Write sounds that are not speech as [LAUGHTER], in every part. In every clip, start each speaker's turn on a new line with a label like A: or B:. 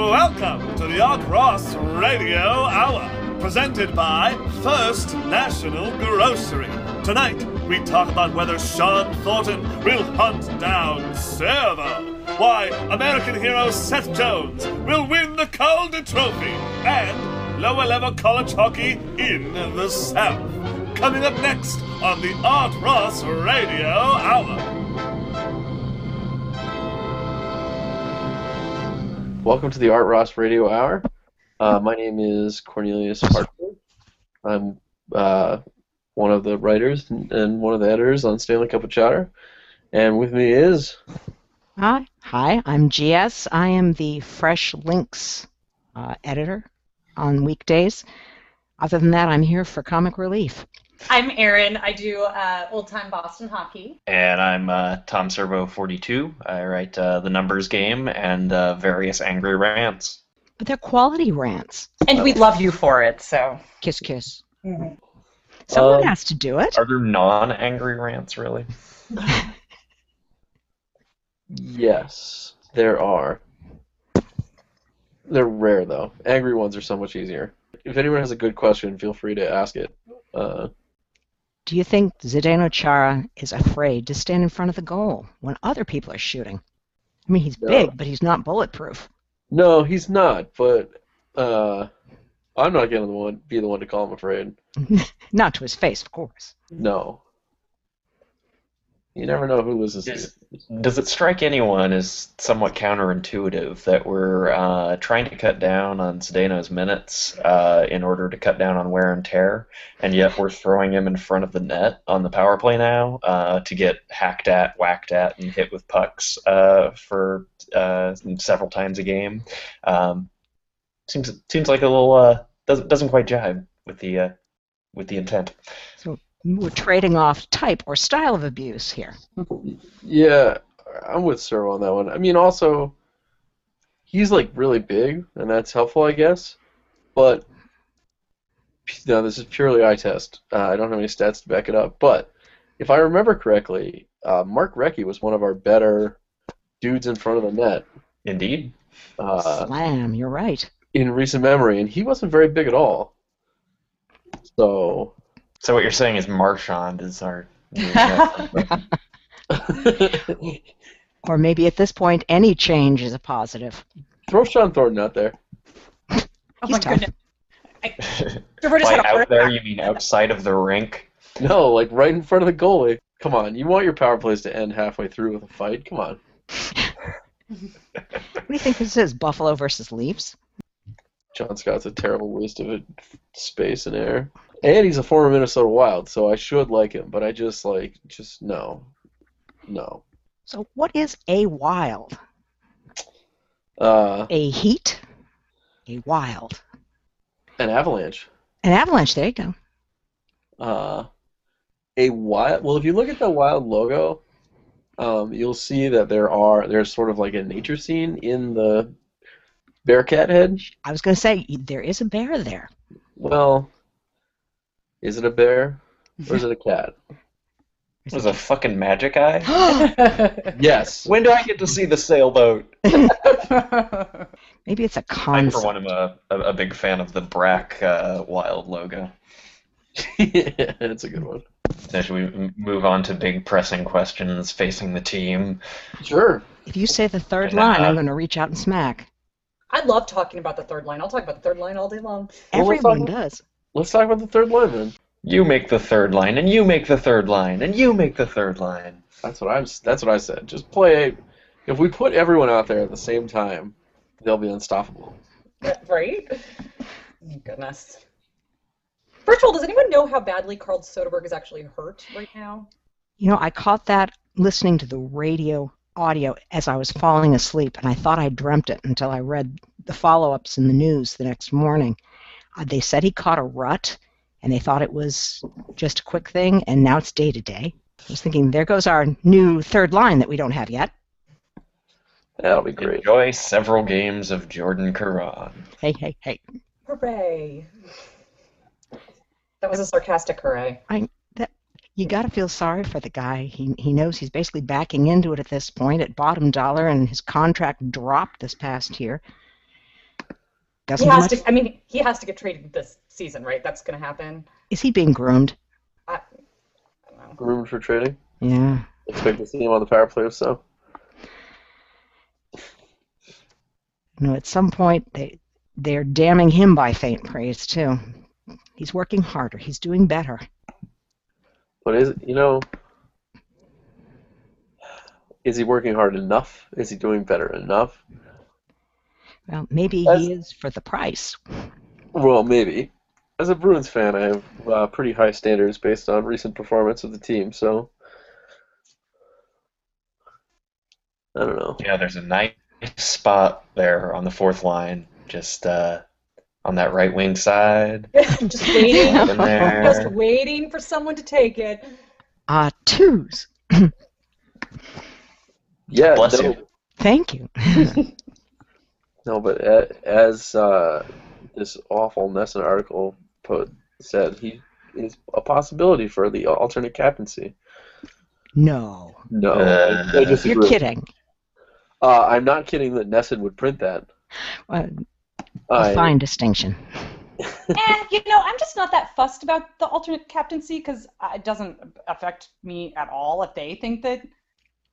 A: Welcome to the Art Ross Radio Hour, presented by First National Grocery. Tonight, we talk about whether Sean Thornton will hunt down Servo, why American hero Seth Jones will win the Calder Trophy, and lower level college hockey in the South. Coming up next on the Art Ross Radio Hour.
B: Welcome to the Art Ross Radio Hour. Uh, my name is Cornelius Hartford. I'm uh, one of the writers and, and one of the editors on Stanley Cup of Chowder. And with me is
C: Hi, hi. I'm GS. I am the Fresh Links uh, editor on weekdays. Other than that, I'm here for comic relief.
D: I'm Erin. I do uh, old time Boston hockey.
E: And I'm uh, Tom Servo, 42. I write uh, The Numbers Game and uh, various angry rants.
C: But they're quality rants.
D: And we love you for it, so.
C: Kiss, kiss.
D: Mm-hmm.
C: Someone
B: Um,
C: has to do it.
E: Are there non-angry rants really?
B: yes, there are. They're rare though. Angry ones are so much easier. If anyone has a good question, feel free to ask it. Uh,
C: Do you think Zdeno Chara is afraid to stand in front of the goal when other people are shooting? I mean, he's
B: No.
C: big, but he's not bulletproof.
B: no, he's not. But uh, I'm not gonna the one, be the one to call him afraid.
C: Not to his face, of course.
B: No. You never know who listens to you.
E: Does, does it strike anyone as somewhat counterintuitive that we're uh, trying to cut down on Zdeno's minutes uh, in order to cut down on wear and tear, and yet we're throwing him in front of the net on the power play now uh, to get hacked at, whacked at, and hit with pucks uh, for uh, several times a game? Um, seems seems like a little uh, doesn't doesn't quite jibe with the uh, with the intent.
C: We're trading off type or style of abuse here.
B: Yeah, I'm with Sir on that one. I mean, also, he's like really big, and that's helpful, I guess. But no, this is purely eye test. Uh, I don't have any stats to back it up. But if I remember correctly, uh, Mark Recchi was one of our better dudes in front of the net
E: Indeed.
B: uh,
C: Slam, you're right.
B: in recent memory, and he wasn't very big at all. So [LAUGHS]
E: So what you're saying is Marchand is our [LAUGHS]
C: Or maybe at this point, any change is a positive.
B: throw Sean Thornton out there.
D: Oh
C: He's
D: my
C: tough.
D: goodness. Roberta's
E: By
D: had a
E: out
D: heart
E: there,
D: attack.
E: you mean outside of the rink?
B: No, like right in front of the goalie. Come on, you want your power plays to end halfway through with a fight? Come on.
C: What do you think this is? Buffalo versus Leafs?
B: John Scott's a terrible waste of a space and air. And he's a former Minnesota Wild, so I should like him, but I just like just no. No.
C: So, what is a wild?
B: Uh
C: A heat? A wild?
B: an avalanche.
C: An avalanche, there you go.
B: Uh a wild well if you look at the wild logo, um, you'll see that there are there's sort of like a nature scene in the Bearcat head.
C: I was going to say, y- there is a bear there.
B: Well is it a bear? Or is it a cat?
E: It was a fucking magic eye.
B: Yes. [LAUGHS]
E: When do I get to see the sailboat?
C: maybe it's a
E: I, for
C: concept.
E: one, am a, a, a big fan of the Brack uh, Wild logo.
B: yeah, that's a good one.
E: Now, should we m- move on to big pressing questions facing the team?
B: Sure.
C: If you say the third
E: And,
C: line, I'm
E: uh,
C: going to reach out and smack.
D: I love talking about the third line. I'll talk about the third line all day long. [LAUGHS]
B: Well, we're
C: Everyone
B: talking-
C: does.
B: Let's talk about the third line then.
E: You make the third line, and you make the third line, and you make the third line.
B: That's what I'm. That's what I said. Just play. If we put everyone out there at the same time, they'll be unstoppable.
D: Right? Oh, Goodness. First of all, does anyone know how badly Carl Soderberg is actually hurt right now?
C: You know, I caught that listening to the radio audio as I was falling asleep, and I thought I dreamt it until I read the follow ups in the news the next morning. Uh, they said he caught a rut, and they thought it was just a quick thing, and now it's day to day. I was thinking, there goes our new third line that we don't have yet.
B: That'll be great.
E: Enjoy several games of Jordan Caron.
C: Hey, hey, hey.
D: Hooray. That was a sarcastic hooray.
C: You got to feel sorry for the guy. He, he knows he's basically backing into it at this point at bottom dollar, and his contract dropped this past year. Doesn't
D: He has
C: much-
D: to. I mean, he has to get traded this season, right? That's going to happen. [LAUGHS]
C: Is he being groomed?
D: I don't know.
B: Groomed for trading.
C: Yeah.
B: Expect to see him on the power play, if so.
C: You know, at some point they they're damning him by faint praise too. He's working harder. He's doing better.
B: But is you know, is he working hard enough? Is he doing better enough?
C: Well, maybe
B: That's-
C: he is for the price.
B: Well, maybe. As a Bruins fan, I have uh, pretty high standards based on recent performance of the team. So I don't know.
E: Yeah, there's a nice spot there on the fourth line, just uh, on that right wing side.
D: just waiting. [LAUGHS]
E: Up in there.
D: Just waiting for someone to take it.
C: Uh twos.
B: Yeah,
E: Bless
B: no,
E: you.
C: Thank you.
B: no, but a- as uh, this awful Nesson article po- said, he is a possibility for the alternate captaincy.
C: No.
B: No,
E: Uh,
B: I, I disagree.
C: You're kidding.
B: Uh, I'm not kidding that Nesson would print that.
C: Well,
B: I,
C: a fine distinction.
D: and you know, I'm just not that fussed about the alternate captaincy because it doesn't affect me at all if they think that.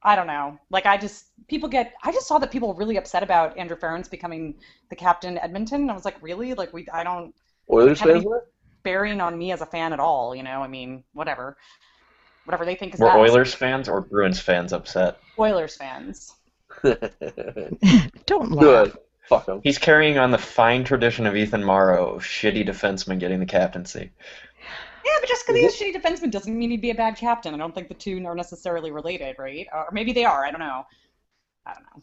D: I don't know. Like I just people get. I just saw that people were really upset about Andrew Ferrens becoming the captain in Edmonton. And I was like, really? Like we? I don't
B: Oilers
D: Have
B: fans [LAUGHS]
D: you-
B: were?
D: bearing on me as a fan at all. You know, I mean, whatever, whatever they think is
E: Were
D: best.
E: Oilers fans or Bruins fans upset?
D: Oilers fans.
B: Good.
C: Don't laugh.
B: Fuck them.
E: He's carrying on the fine tradition of Ethan Morrow, of shitty defenseman getting the captaincy.
D: Yeah, but just because he's a shitty defenseman doesn't mean he'd be a bad captain. I don't think the two are necessarily related, right? Or maybe they are. I don't know. I don't know.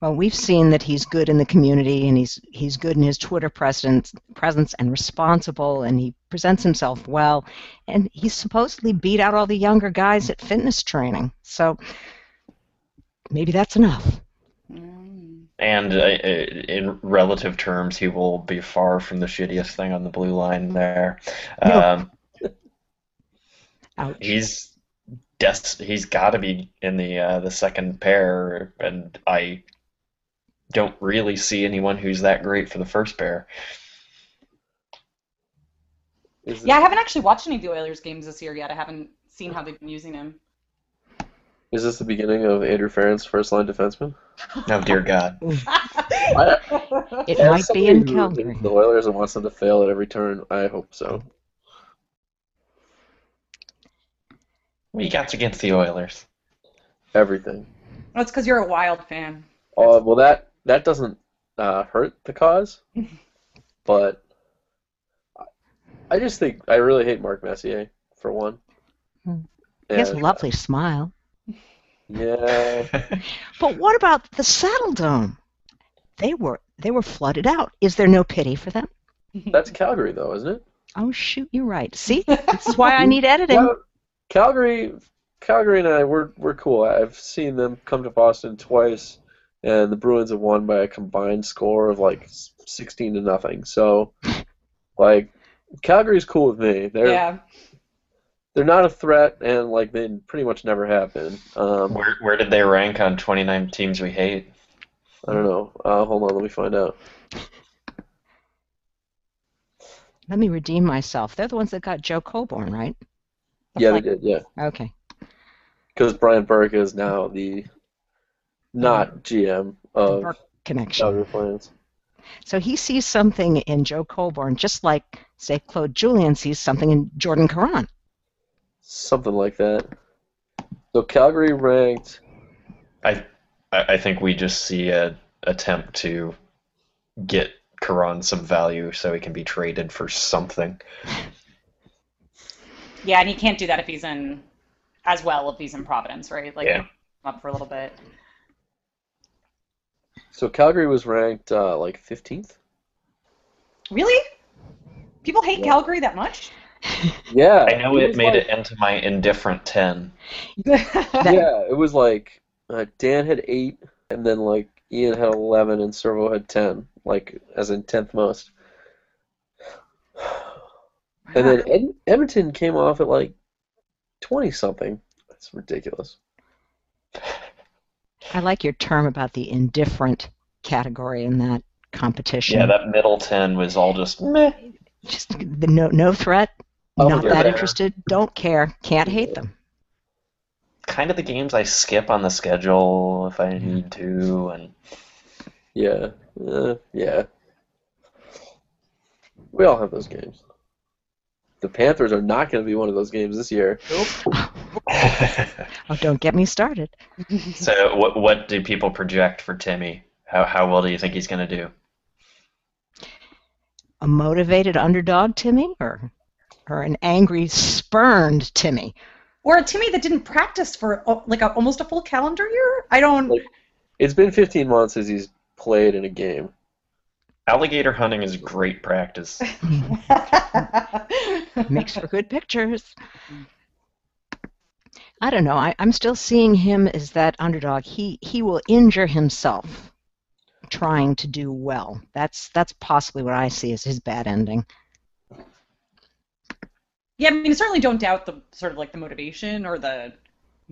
C: Well, we've seen that he's good in the community and he's he's good in his Twitter presence presence and responsible and he presents himself well and he supposedly beat out all the younger guys at fitness training. So maybe that's enough.
D: Mm.
E: And uh, uh, in relative terms, he will be far from the shittiest thing on the blue line there.
C: Yeah.
E: Um,
C: Ouch.
E: he's des- he's got to be in the uh, the second pair, and I don't really see anyone who's that great for the first pair.
B: Is
D: Yeah, I haven't actually watched any of the Oilers games this year yet. I haven't seen how they've been using him.
B: Is this the beginning of Andrew Ferentz first line defenseman?
E: Oh dear God.
B: I,
C: It
B: as
C: might
B: somebody
C: be in
B: who
C: Calgary.
B: thinks The Oilers and wants them to fail at every turn. I hope so.
E: What you got against the Oilers? [LAUGHS]
B: Everything.
D: That's because you're a wild fan.
B: Uh, well, that that doesn't uh, hurt the
C: [LAUGHS]
B: cause, but I- I just think I really hate Mark Messier for one.
C: Hmm. He has a
B: And-
C: lovely smile.
B: Yeah.
C: But what about the Saddle Dome? They were they were flooded out. Is there no pity for them?
D: [LAUGHS]
B: That's Calgary, though, isn't it?
C: Oh shoot, you're right. See, this is why I need editing.
B: Cal- Calgary, Calgary, and I we're we're cool. I've seen them come to Boston twice, and the Bruins have won by a combined score of like s- sixteen to nothing. So, like, Calgary's cool with me. They're
D: yeah.
B: they're not a threat, and like they pretty much never have been. Um,
E: where where did they rank on 29 teams we hate?
B: I don't know. Uh, hold on, let me find out.
C: Let me redeem myself. They're the ones that got Joe Colborn, right?
B: Yeah, they did. Yeah,
C: Okay.
B: because Brian Burke is now the not GM
C: The
B: of
C: Burke connection.
B: Calgary Flames.
C: So he sees something in Joe Colborn, just like say Claude Julian sees something in Jordan Caron.
B: Something like that. So Calgary ranked
E: I I I think we just see a attempt to get Karan some value so he can be traded for something.
D: Yeah, and he can't do that if he's in, as well, if he's in Providence, right? Like,
E: Yeah.
D: up for a little bit.
B: So Calgary was ranked uh, like 15th.
D: Really? People hate
B: Yeah.
D: Calgary that much?
B: Yeah,
E: I know it
B: was
E: made
B: like-
E: it into my indifferent 10.
C: [LAUGHS] That-
D: [LAUGHS]
B: Yeah, it was like uh, Dan had eight, and then like Ian had 11, and Servo had 10, like as in 10th most. And then Ed- Edmonton came off at like 20 something. That's ridiculous.
C: I like your term about the indifferent category in that competition.
E: Yeah, that middle ten was all just meh.
C: Just the no no threat,
E: Oh,
C: not
E: they're
C: that
E: there.
C: interested, don't care, can't hate them.
E: Kind of the games I skip on the schedule if I need to, and
B: Yeah. Uh, yeah. We all have those games. The Panthers are not going to be one of those games this year.
C: Oh, don't get me started.
E: [LAUGHS] so what what do people project for Timmy? How how well do you think he's gonna do?
C: A motivated underdog Timmy or or an angry spurned Timmy. [LAUGHS]
D: Or a Timmy that didn't practice for oh, like a, almost a full calendar year. I don't.
B: Like- It's been 15 months since he's played in a game.
E: Alligator hunting is great practice.
D: [LAUGHS]
C: Makes for good pictures. I don't know. I, I'm still seeing him as that underdog. He he will injure himself trying to do well. That's that's possibly what I see as his bad ending.
D: yeah, I mean, I certainly don't doubt the sort of like the motivation or the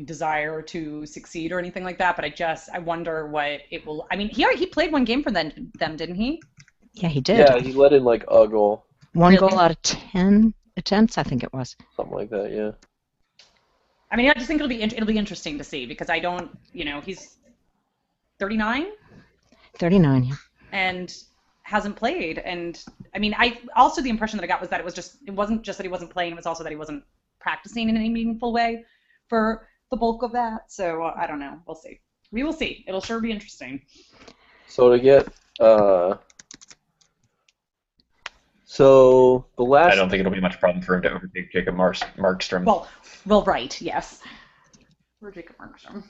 D: desire to succeed or anything like that. But I just I wonder what it will. I mean, he already- he played one game for them, them didn't he?
C: Yeah, he did.
B: Yeah, he let in like a goal,
C: One
D: Really?
C: goal out of ten attempts, I think it was.
B: something like that. Yeah.
D: I mean, I just think it'll be in- it'll be interesting to see because I don't, you know, he's 39
C: Thirty-nine. Yeah.
D: and hasn't played. And I mean, I also the impression that I got was that it was just it wasn't just that he wasn't playing; it was also that he wasn't practicing in any meaningful way for the bulk of that. So uh, I don't know. We'll see. We will see. It'll sure be interesting.
B: So to get, uh, so the
E: I
B: last
E: don't think it'll be much problem for him to overtake Jacob Mar- Markstrom
D: Well, well, right. Yes. Where Jacob Markstrom?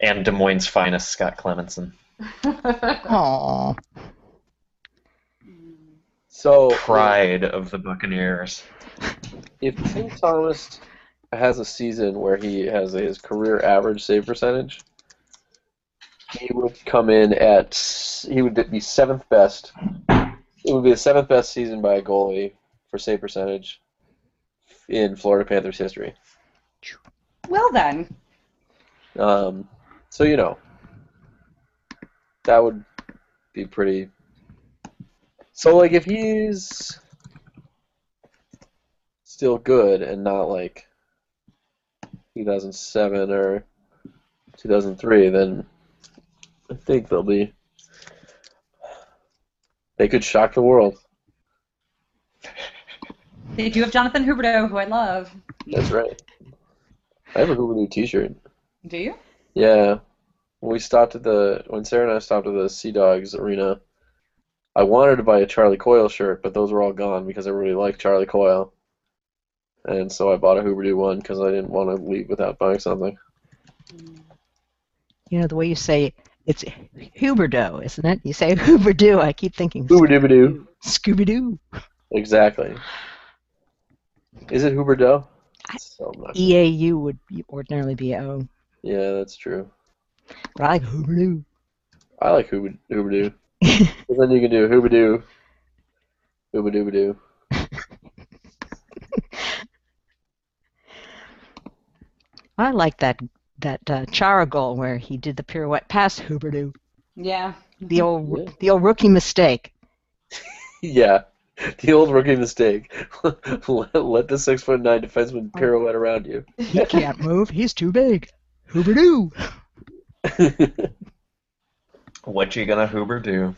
E: and Des Moines' finest Scott Clemenson.
C: Aw.
B: so
E: Pride of the Buccaneers.
B: if Tim Thomas has a season where he has his career average save percentage, he would come in at he would be seventh best. It would be the seventh best season by a goalie for save percentage in Florida Panthers history.
D: [LAUGHS] well then,
B: Um, so you know, that would be pretty. So like, if he's still good and not like 2007 or 2003, then I think they'll be. They could shock the world.
D: they do have Jonathan Huberto, who I love.
B: That's right. I have a Hulu T-shirt.
D: Do you?
B: Yeah. When we stopped at the when Sarah and I stopped at the Sea Dogs arena, I wanted to buy a Charlie Coyle shirt, but those were all gone because everybody liked Charlie Coyle. And so I bought a Hoover-Doo one because I didn't want to leave without buying something.
C: You know the way you say it's Huberdo, isn't it? You say [LAUGHS] Huberdo. I keep thinking
B: Hoover-Doo.
C: Scooby Doo.
B: Exactly. Is it Hoover-Doo?
C: I-
B: So much.
C: E A U would ordinarily be O,
B: Yeah, that's true.
C: but I like Huberdo.
B: I like Hoover-
C: [LAUGHS]
B: Hoover-Doo. 'Cause then you can do Hoover-Doo, Hoover-Doo-Doo.
C: I like that that uh, Chara goal where he did the pirouette past Huberdo.
D: Yeah.
C: The old
B: Yeah.
C: the old rookie mistake.
B: Yeah, the old rookie mistake. [LAUGHS] let, let the six foot nine defenseman
D: Oh.
B: pirouette around you. [LAUGHS]
C: He [LAUGHS] can't move. He's too big. [LAUGHS] Huberdo.
E: What you gonna Hoover do?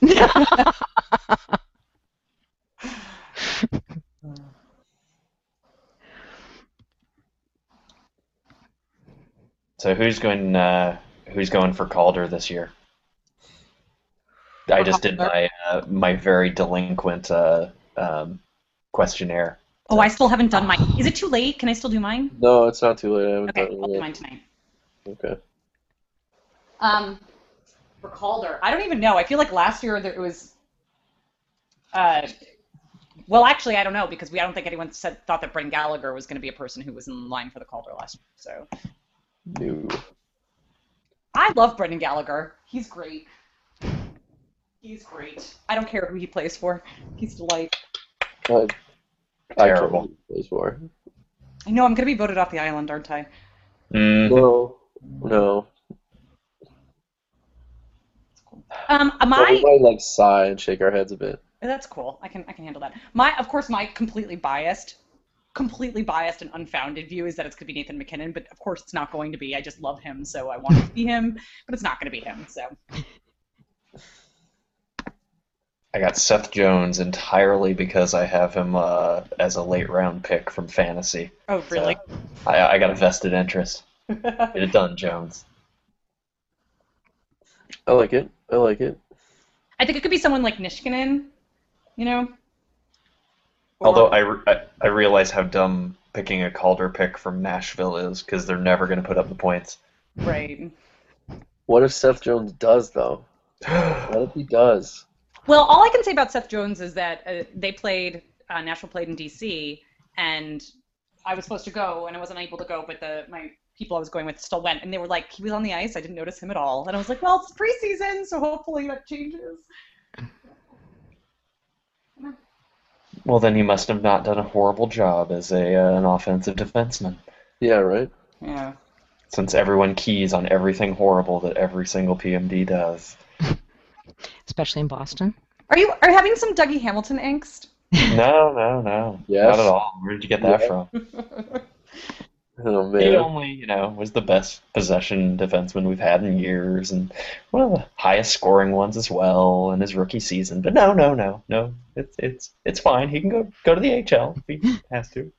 E: so who's going? Uh, who's going for Calder this year? I just did my uh, my very delinquent uh, um, questionnaire.
D: Oh, I still haven't done mine. Is it too late? Can I still do mine?
B: no, it's not too late. I haven't
D: Okay,
B: done
D: I'll
B: it
D: do
B: yet.
D: mine tonight.
B: Okay.
D: Um, for Calder, I don't even know. I feel like last year there it was. Uh, well, actually, I don't know because we I don't think anyone said thought that Brendan Gallagher was going to be a person who was in line for the Calder last year. So
B: New.
D: I love Brendan Gallagher. He's great. He's great. I don't care who he plays for. He's delight.
B: I,
E: Terrible. Mm-hmm.
B: Plays for.
D: I know I'm going to be voted off the island, aren't I?
E: Mm,
B: Hmm. No, no.
D: It's cool. Um,
B: But we
D: my
B: might like sigh and shake our heads a bit.
D: that's cool. I can I can handle that. My of course my completely biased, completely biased and unfounded view is that it's going to be Nathan McKinnon, but of course it's not going to be. I just love him, so I want it to be him, but it's not going to be him. So
E: I got Seth Jones entirely because I have him uh, as a late round pick from fantasy.
D: oh really?
E: I, I got a vested interest. Get it done, Jones.
B: I like it. I like it.
D: I think it could be someone like Nishkinen, you know. Or-
E: Although I, re- I, I realize how dumb picking a Calder pick from Nashville is because they're never going to put up the points.
D: right.
B: What if Seth Jones does though? What if he does?
D: Well, all I can say about Seth Jones is that uh, they played uh, Nashville played in D.C. and I was supposed to go and I wasn't able to go, but the my people I was going with still went and they were like he was on the ice. I didn't notice him at all, and I was like, well, it's preseason, so hopefully that changes.
E: [GASPS] well, then you must have not done a horrible job as a uh, an offensive defenseman,
B: Yeah, right.
D: Yeah.
E: since everyone keys on everything horrible that every single
B: [LAUGHS]
E: PMD does.
C: especially in [GASPS] Boston.
D: Are you are you having some Dougie Hamilton angst?
E: No, no, no,
B: Yes.
E: not at all. Where did you get that
B: Yeah.
E: from?
B: Oh
E: He
B: man.
E: only, you know, was the best possession defenseman we've had in years, and one of the highest scoring ones as well in his rookie season. But no, no, no, no. It's it's it's fine. He can go go to the HL if he has
B: [LAUGHS]
E: to.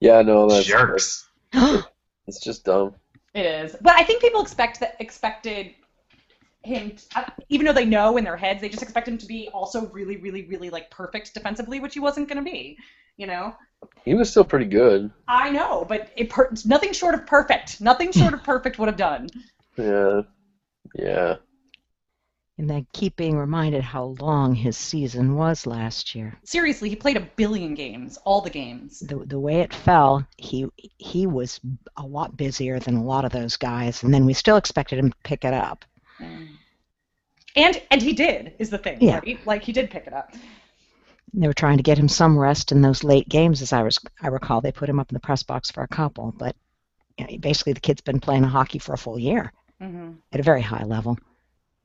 B: Yeah, no, that's
E: Jerks.
B: it's just dumb.
D: It is, but I think people expect that expected him, uh, even though they know in their heads, they just expect him to be also really, really, really like perfect defensively, which he wasn't going to be. You know,
B: He was still pretty good.
D: I know, but it per- nothing short of perfect, nothing short of perfect would have done.
B: Yeah. Yeah.
C: And then keep being reminded how long his season was last year.
D: Seriously, he played a billion games, all the games.
C: The, the way it fell, he he was a lot busier than a lot of those guys, and then we still expected him to pick it up.
D: And and he did is the thing,
C: Yeah.
D: right? Like he did pick it up.
C: They were trying to get him some rest in those late games, as I was I recall. They put him up in the press box for a couple, but you know, basically the kid's been playing hockey for a full year.
D: hmm
C: at a very high level.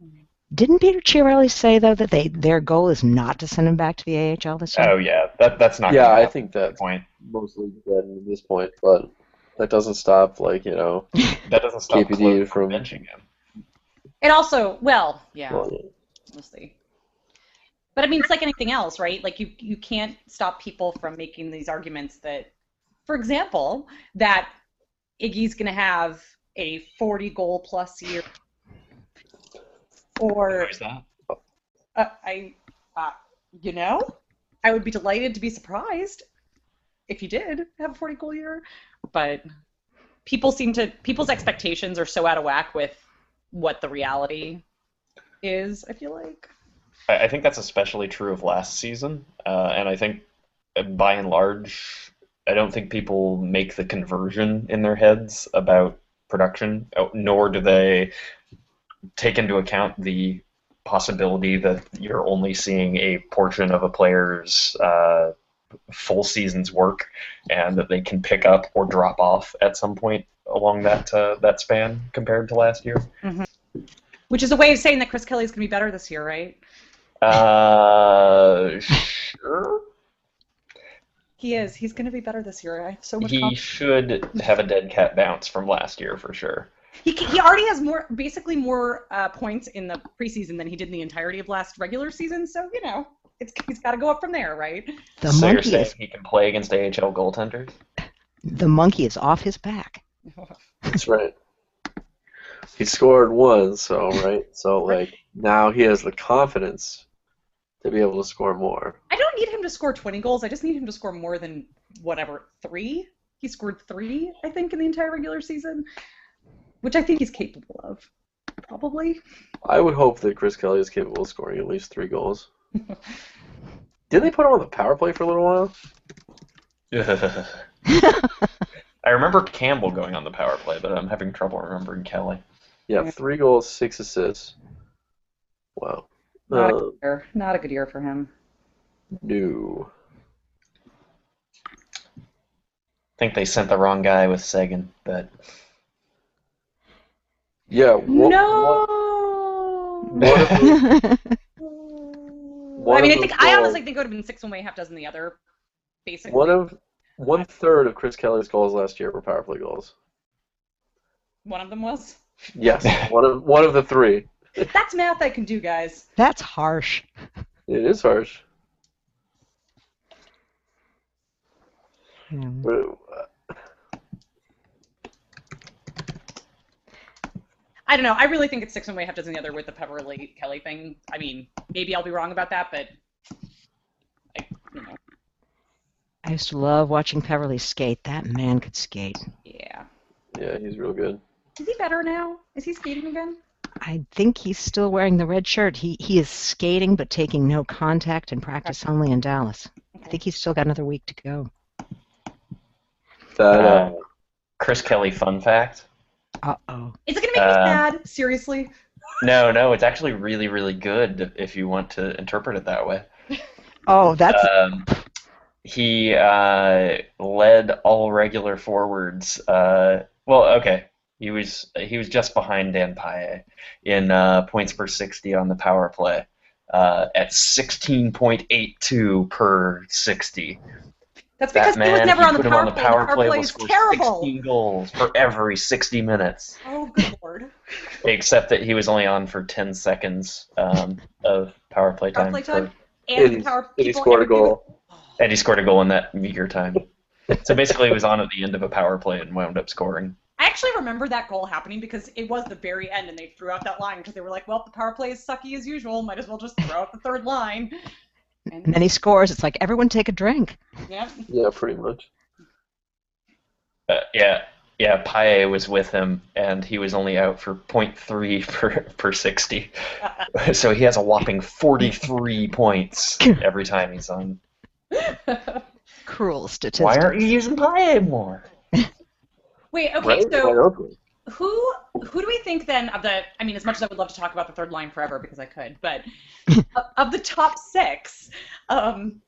D: Mhm.
C: Didn't Peter Chiarelli say though that they their goal is not to send him back to the AHL this year?
E: Oh yeah, that that's not.
B: Yeah,
E: gonna
B: I
E: happen
B: think
E: at
B: that
E: that point.
B: mostly dead at this point, but that doesn't stop like, you know,
E: That doesn't stop
B: KPD
E: Klopp
B: from-
E: from benching him.
D: And also, well, yeah.
B: well,
D: we'll see. But I mean, it's like anything else, right? Like you you can't stop people from making these arguments that, for example, that Iggy's going to have a 40 goal plus year, or
E: Who's that?
D: uh, I, uh, you know, I would be delighted to be surprised if he did have a 40 goal year, but people seem to people's expectations are so out of whack with what the reality is. I feel like.
E: I, I think that's especially true of last season, uh, and I think uh, by and large, I don't think people make the conversion in their heads about production, uh, nor do they take into account the possibility that you're only seeing a portion of a player's uh, full season's work, and that they can pick up or drop off at some point along that uh, that span compared to last year.
D: Which is a way of saying that Chris Kelly's going to be better this year, right?
E: Uh, [LAUGHS] sure.
D: He is. He's going to be better this year. I have so much
E: He
D: confidence.
E: should have a dead cat bounce from last year for sure.
D: He, ca- he already has more, basically more uh, points in the preseason than he did in the entirety of last regular season. So you know, it's he's got to go up from there, right?
C: The
E: so you're
C: monkey
E: saying
C: is
E: he can play against
C: [LAUGHS]
E: AHL goaltenders?
C: the monkey is off his back.
B: that's right. He scored one, so right. So
D: [LAUGHS]
B: like now he has the confidence to be able to score more.
D: I don't need him to score 20 goals. I just need him to score more than whatever three. He scored three, I think, in the entire regular season, which I think he's capable of. Probably.
B: I would hope that Chris Kelly is capable of scoring at least three
D: [LAUGHS]
B: goals. Didn't they put him on the power play for a little while?
E: I remember Campbell going on the power play, but I'm having trouble remembering Kelly.
B: Yeah,
D: Yeah.
B: three goals, six assists. Wow.
D: Not, a
B: Uh,
D: good year. Not a good year for him.
B: no.
E: I think they sent the wrong guy with Sagan, but
B: Yeah. wha-
D: no.
B: what- One of the, one
D: I mean,
B: of
D: I
B: those
D: think I
B: goals-
D: honestly think it would have been six one way, half dozen the other. Basically,
B: one of one third of Chris Kelly's goals last year were power play goals.
D: one of
B: [LAUGHS]
D: them was.
B: Yes, one of one of the three.
D: That's math I can do, guys.
C: [LAUGHS] That's harsh.
B: It is harsh.
C: Yeah.
B: But, uh,
D: I don't know. I really think it's six one way, half dozen the other with the Pepperly Kelly thing. I mean, maybe I'll be wrong about that, but I, you know,
C: I used to love watching Peverly skate. That man could skate.
D: yeah.
B: Yeah, he's real good.
D: Is he better now? Is he skating again?
C: I think he's still wearing the red shirt. He he is skating but taking no contact and practice only in Dallas. I think he's still got another week to go.
B: That
E: Uh,
B: uh,
E: Chris Kelly fun fact.
C: Uh oh.
D: Is it gonna make me
E: Uh,
D: sad? Seriously?
E: No, no, it's actually really, really good if you want to interpret it that way.
C: Oh, that's
E: Um, he uh, led all regular forwards. Uh, well, okay, he was he was just behind Dan Paye in uh, points per sixty on the power play uh, at sixteen point eight two per sixty.
D: That's
E: That
D: because
E: man,
D: he was never
E: you
D: on the
E: put him
D: power
E: on the
D: play. The power play,
E: will
D: is
E: score
D: terrible.
E: sixteen goals for every sixty minutes.
D: Oh, good lord.
E: Except that he was only on for 10 seconds um, of power play
D: Power
E: time.
D: play
E: for-
D: time? And
B: and,
D: the power
B: and he
D: people-
B: scored a
D: everything-
B: goal.
E: and he scored a goal in that meager time. so basically, he was on at the end of a power play and wound up scoring.
D: I actually remember that goal happening because it was the very end and they threw out that line because they were like, well, the power play is sucky as usual. Might as well just throw out the third line.
C: and then he scores. It's like everyone take a drink.
D: yeah. [LAUGHS]
B: Yeah, pretty much.
E: Uh, yeah, yeah. Paye was with him, and he was only out for 0.3 [LAUGHS] per
C: [LAUGHS]
E: per 60. so he has a whopping 43 points every time he's on.
C: Cruel statistics.
E: Why aren't you using Paye more?
D: Wait, okay,
B: right?
D: so
B: Wide open.
D: who who do we think then of the i mean as much as i would love to talk about the third line forever because i could but of, of the top six um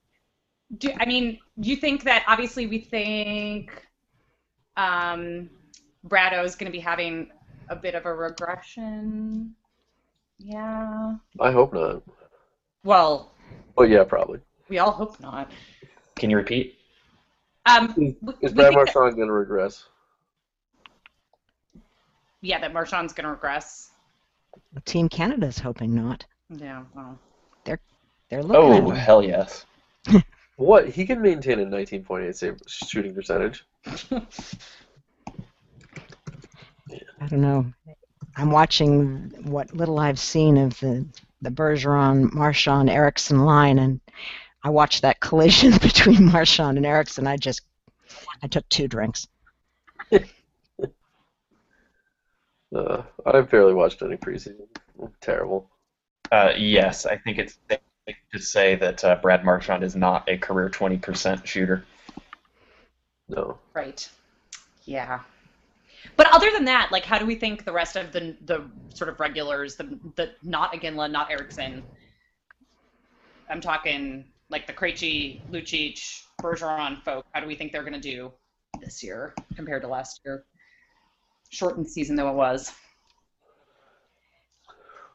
D: do i mean do you think that obviously we think um brado is going to be having a bit of a regression yeah
B: I hope not.
D: well
B: Well, yeah, probably.
D: we all hope not
E: Can you repeat?
D: um
B: Is,
D: we- we
B: is Brad
D: think that-
B: Marchand going to regress?
D: yeah that Marchand's going to regress
C: Team Canada's hoping not.
D: yeah well.
C: They're looking.
E: Oh
C: at him.
E: hell yes.
B: What he can maintain a 19.8 save shooting percentage.
C: I don't know. I'm watching what little I've seen of the the Bergeron, Marchand, Erickson line, and I watched that collision [LAUGHS] between Marchand and Erickson. I just I took two drinks.
B: Uh, I've barely watched any preseason. Terrible.
E: Uh, yes, I think it's safe to say that uh, Brad Marchand is not a career 20% shooter.
B: No.
D: Right. Yeah. But other than that, like, how do we think the rest of the the sort of regulars, the the not Aginla, not Erickson? I'm talking like the Krejci, Lucic, Bergeron folk. How do we think they're going to do this year compared to last year? Shortened season though it was.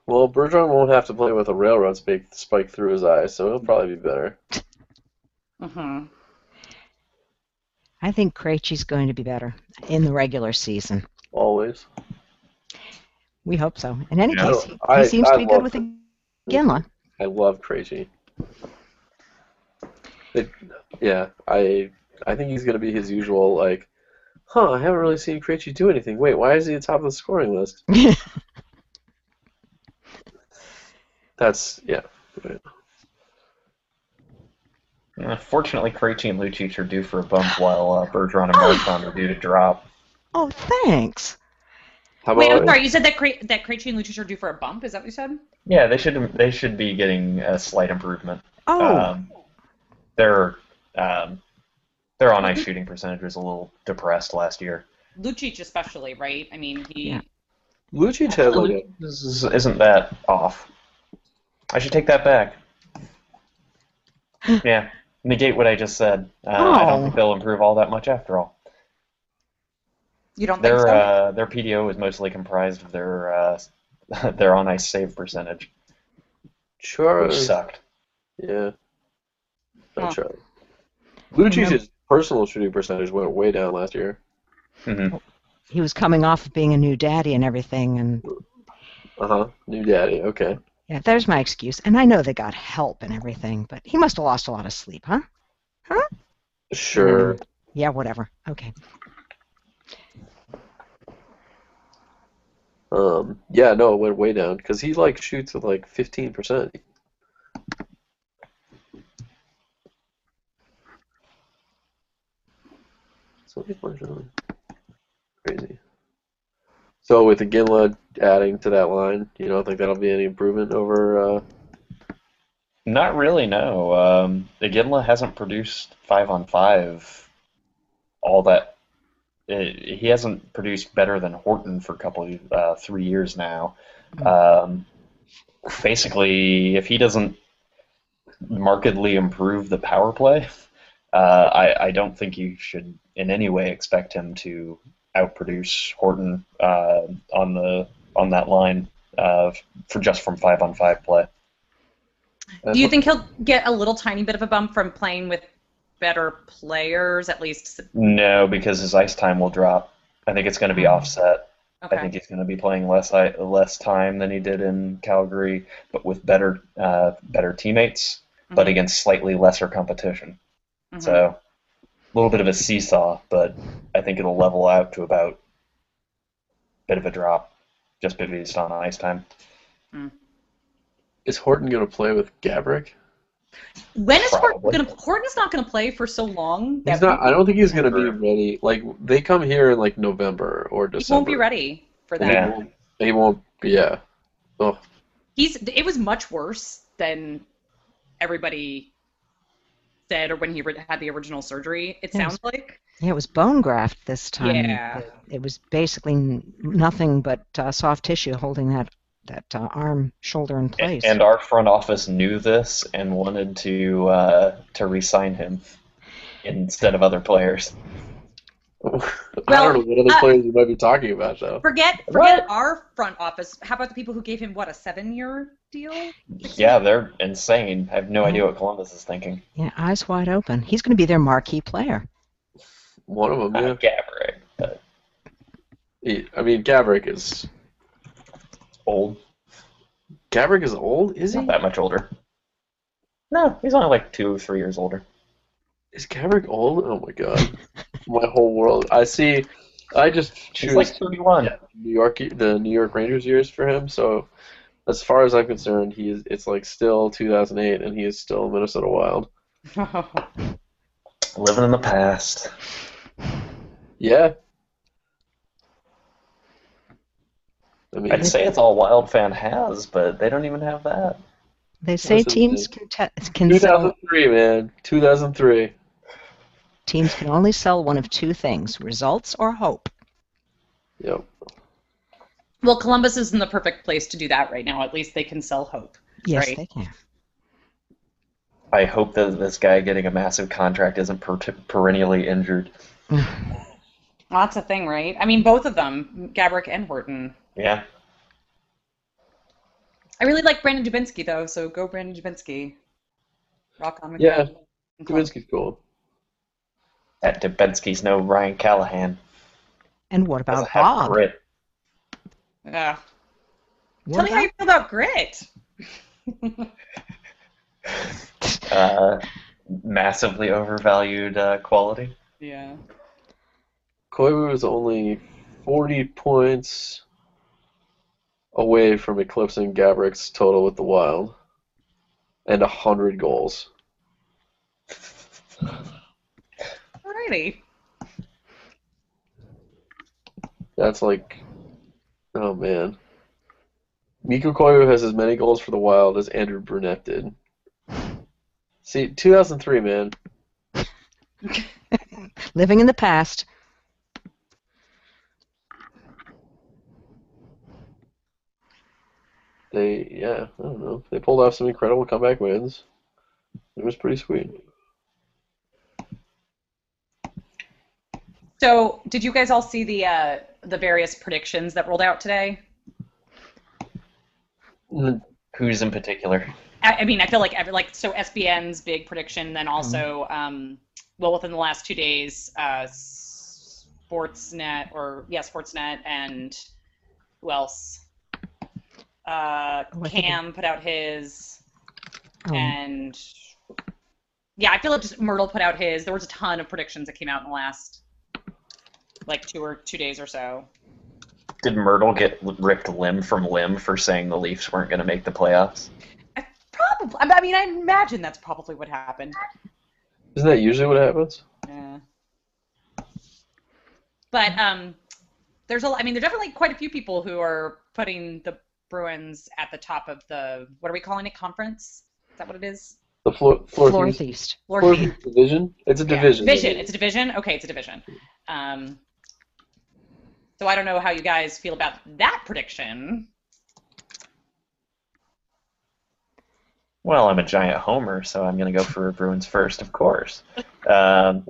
B: Well, Bergeron won't have to play with a railroad spike, spike through his eye, so he'll probably be better.
D: Mm-hmm.
C: I think Krejci's going to be better in the regular season.
B: Always.
C: We hope so. In any
E: Yeah.
C: case, he, he
B: I-
C: seems
B: I
C: to be good
B: love
C: with
B: him.
C: Ginla.
B: I love Krejci. It, yeah, I I think he's gonna be his usual like, huh? I haven't really seen Krejci do anything. Wait, why is he at the top of the scoring list? That's yeah.
E: Uh, Fortunately, Krejci and Lucic are due for a bump, while uh, Bergeron and Marchand are due to drop.
C: Oh, thanks.
B: How about
D: Wait, I'm sorry. You said that Kre- that Krejci and Lucic are due for a bump. Is that what you said?
E: Yeah, they should they should be getting a slight improvement.
C: Oh,
E: Um, their um, their on ice shooting percentage was a little depressed last year.
D: Lucic especially, right? I mean, he.
C: Yeah.
B: Lucic has like a,
E: This is, isn't that off? I should take that back. Yeah, negate what I just said. Uh, I
C: Oh.
E: don't think they'll improve all that much after all.
D: You don't think
E: Their
D: so?
E: uh, [LAUGHS] their PDO is mostly comprised of their uh, their on ice save percentage, which
B: Charlie.
E: sucked.
B: Yeah. No
D: Huh.
B: Charlie. Lucci's
D: Yeah.
B: his personal shooting percentage went way down last year.
E: Mhm.
C: He was coming off of being a new daddy and everything, and
B: Uh huh. New daddy. Okay.
C: yeah, there's my excuse. And I know they got help and everything, but he must have lost a lot of sleep, huh?
B: Sure.
C: Yeah, whatever. Okay.
B: Um. Yeah. No, it went way down because he like shoots at like fifteen percent. So he's marginally crazy. So with the Ginla adding to that line, you don't think that'll be any improvement over? Uh,
E: Not really, no. Um, Iginla hasn't produced five on five all that. eh, he hasn't produced better than Horton for a couple of uh, three years now. Um, basically, if he doesn't markedly improve the power play, uh, I, I don't think you should in any way expect him to outproduce Horton uh, on the on that line uh, for just from five on five play.
D: Do you think he'll get a little tiny bit of a bump from playing with better players, at least?
E: No, because his ice time will drop. I think it's going to be offset. I
D: Okay.
E: think he's going to be playing less i- less time than he did in Calgary, but with better uh, better teammates, but
D: Mhm.
E: against slightly lesser competition.
D: Mhm.
E: So a little bit of a seesaw, but I think it'll level out to about bit of a drop just based on ice time.
B: is Horton gonna play with Gabrick?
D: Mm-hmm. When is Horton
E: Probably.
D: going to? Horton's not going to play for so long.
B: He's
D: that
B: not. I don't think he's gonna be
E: Or-
B: ready. Like they come here in like November or
D: he
B: December.
D: won't be ready for that.
B: He
E: Yeah.
B: won't- He won't. Yeah. Oh,
D: He's. It was much worse than everybody said, or when he re- had the original surgery. It
C: Yes.
D: sounds like.
C: Yeah, it was bone graft this time.
D: Yeah.
C: It- It was basically n- nothing but uh, soft tissue holding that that uh, arm, shoulder in place.
E: And our front office knew this and wanted to uh, to re-sign him instead of other players.
B: I
D: Well,
B: don't know what other
D: uh,
B: players you might be talking about though.
D: Forget. Forget our front office. How about the people who gave him what a seven-year deal?
E: Yeah, they're insane. I have no idea what Columbus is thinking.
C: yeah, eyes wide open. He's going to be their marquee player.
B: One of them. Yeah.
E: Uh, Gabrick, but
B: He- I mean, Gabrick is.
E: old,
B: Gabrick is old, is he?
E: not that much older. No, he's only like two or three years older.
B: Is Gabrick old? Oh my
E: [LAUGHS]
B: god. my whole world. I see. I just
E: He's
B: choose
E: like 31.
B: New York, the New York Rangers years for him. So, as far as I'm concerned, he is. It's like still 2008, and he is still Minnesota Wild.
E: Living in the past.
B: Yeah. I mean,
E: I'd say it's all Wild fan has, but they don't even have that.
C: They say
B: Listen,
C: teams can te- can sell,
B: 2003, man. 2003.
C: teams can only sell one of two things: results or hope.
B: Yep.
D: well, Columbus is in the perfect place to do that right now. At least they can sell hope.
C: Yes,
D: Right.
C: they can.
E: I hope that this guy getting a massive contract isn't per- perennially injured.
D: Well, that's a thing, right? I mean, both of them, Gabrick and Horton.
E: Yeah.
D: I really like Brandon Dubinsky though, so go Brandon Dubinsky. Rock on. with
B: Yeah.
D: that.
B: Kaminsky's cool.
E: That Debensky's no Ryan Callahan.
C: And what about
E: Doesn't have
C: Bob?
E: grit.
D: Yeah.
C: What
D: Tell me how
C: about-
D: you feel about grit.
E: Uh, massively overvalued uh, quality.
D: Yeah.
B: Koivu was only 40 points away from eclipsing Gabrick's total with the Wild and 100 goals.
D: Alrighty.
B: That's like, oh man. Miko Koivu has as many goals for the Wild as Andrew Brunette did. See, 2003, man.
C: living in the past?
B: They, yeah, I don't know. They pulled off some incredible comeback wins. It was pretty sweet.
D: So, did you guys all see the uh, the various predictions that rolled out today?
B: Mm,
E: Who's in particular?
D: I, I mean, I feel like every like so SBN's big prediction, then also um, well within the last two days, uh, Sportsnet or yeah, Sportsnet and who else? Uh,
C: Oh, I think
D: Cam put out his Oh.
C: Um,
D: and yeah, I feel like just Myrtle put out his. There was a ton of predictions that came out in the last like two or two days or so.
E: Did Myrtle get l- ripped limb from limb for saying the Leafs weren't going to make the playoffs?
D: Probably. I mean, I imagine that's probably what happened.
B: Isn't that usually what happens?
D: Yeah. But um, there's a. I mean, there are definitely quite a few people who are putting the Bruins at the top of the. What are we calling it? Conference? Is that what it is?
B: The floor, floor,
C: Floor
B: thieves-
C: Feast.
D: Lord
B: floor
D: Heath.
B: thieves division. It's a
D: Yeah.
B: division.
D: Division. It's a division. Okay, it's a division. Um, so I don't know how you guys feel about that prediction.
E: Well, I'm a giant homer, so I'm going to go for Bruins first, of course. Um,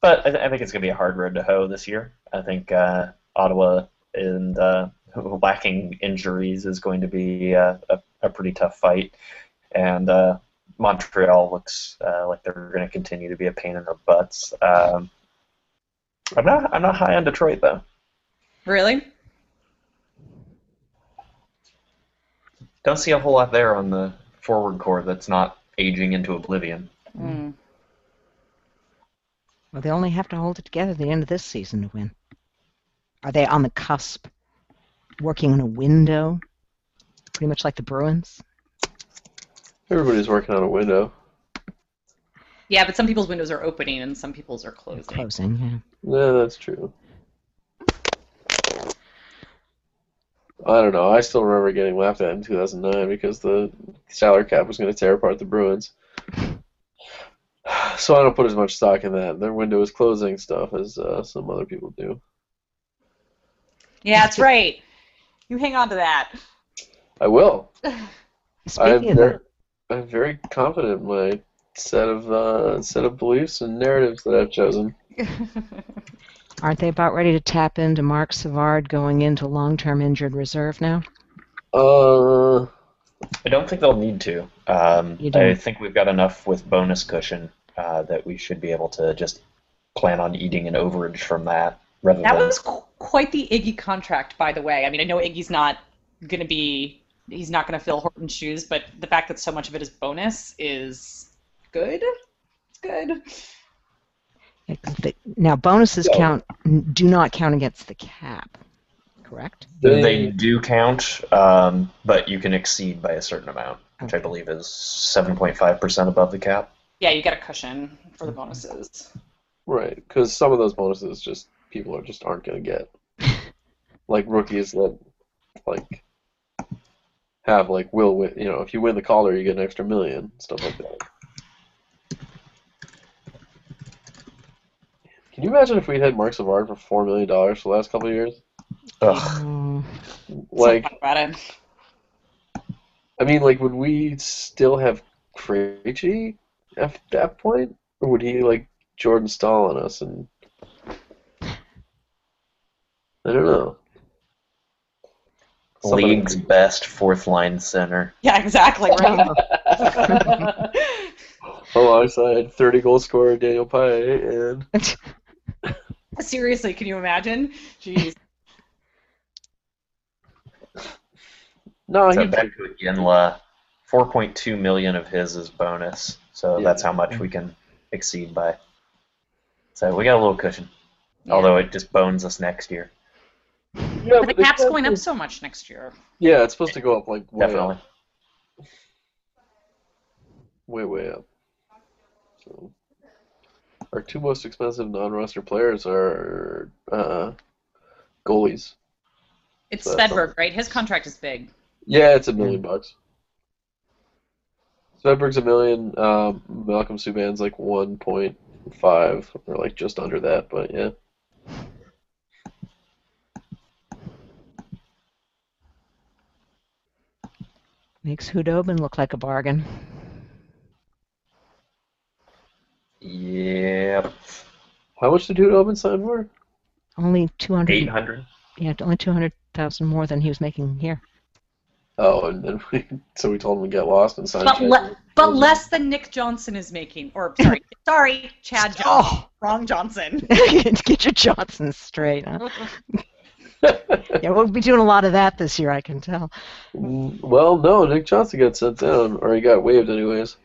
E: but I, th- I think it's going to be a hard road to hoe this year. I think uh, Ottawa and uh, lacking injuries is going to be uh, a, a pretty tough fight, and uh, Montreal looks uh, like they're going to continue to be a pain in the butts. Um, I'm not. I'm not high on Detroit though.
D: Really?
E: Don't see a whole lot there on the forward core that's not aging into oblivion.
D: Mm.
C: Well, they only have to hold it together at the end of this season to win. Are they on the cusp, working on a window, pretty much like the Bruins?
B: Everybody's working on a window.
D: Yeah, but some people's windows are opening and some people's are
C: They're
D: closing.
C: closing, yeah.
B: Yeah, that's true. I don't know. I still remember getting laughed at in 2009 because the salary cap was going to tear apart the Bruins. [SIGHS] So I don't put as much stock in that. Their window is closing stuff as uh, some other people do.
D: Yeah, that's right. You hang on to that.
B: I will. I'm
C: Speaking of
B: very,
C: that,
B: I'm very confident in my set of uh, set of beliefs and narratives that I've chosen.
C: aren't they about ready to tap into Mark Savard going into long-term injured reserve now?
B: Uh,
E: I don't think they'll need to. Um,
C: You don't.
E: I think we've got enough with bonus cushion uh, that we should be able to just plan on eating an overage from that rather
D: That
E: than
D: was qu- quite the Iggy contract, by the way. I mean, I know Iggy's not going to be, he's not going to fill Horton's shoes, but the fact that so much of it is bonus is good. It's good.
C: The- Now, bonuses
E: Yeah.
C: count do not count against the cap, correct?
E: they do count, um, but you can exceed by a certain amount, which I
C: Okay.
E: believe is 7.5% above the cap.
D: Yeah, you get a cushion for the bonuses.
B: Right, because some of those bonuses just people are just aren't gonna get, like rookies that like have like will win. You know, if you win the Calder, you get an extra million stuff like that. Can you imagine if we'd had Mark Savard for four million dollars for the last couple of years?
E: Ugh.
C: Mm,
B: Like,
D: Something about it. [LAUGHS]
B: I mean, like, would we still have Krejci at that point, or would he like Jordan Stahl on us? And I don't know. Somebody-
E: League's best fourth line center.
D: Yeah, [LAUGHS] exactly. Right.
C: Oh,
B: Alongside 30 goal scorer Daniel Pye, and
D: Seriously, can you imagine? Jeez.
B: no,
E: So
B: he
E: Becco Yinla, 4.2 million of his is bonus, so
B: Yeah.
E: that's how much we can exceed by. So we got a little cushion, although it just bones us next year.
B: yeah,
D: But the cap's going up so much next year.
B: Yeah, it's supposed to go up like way
E: Definitely.
B: up, way way up. So, our two most expensive non-roster players are uh, goalies.
D: It's
B: So that's
D: Svedberg, right? His contract is big.
B: Yeah, it's a million
C: Hmm.
B: bucks. Svedberg's a million. Um, Malcolm Subban's like one point five, or like just under that. But yeah,
C: [LAUGHS] makes Hudobin look like a bargain.
E: Yep.
B: how much did Dude Open sign for?
C: Only 200,
E: 800.
C: yeah, only 200,000 more than he was making here.
B: Oh, and then we [LAUGHS] so we told him to get lost and sign.
D: But
B: Chad
D: le- but
B: Johnson.
D: less than Nick Johnson is making, or
C: [LAUGHS]
D: sorry, sorry, Chad Johnson,
C: Oh,
D: wrong Johnson.
C: [LAUGHS] get your Johnsons straight.
B: [LAUGHS]
C: Huh? yeah, we'll be doing a lot of that this year, I can tell.
B: Mm, Well, no, Nick Johnson got sent down, or he got waived anyways.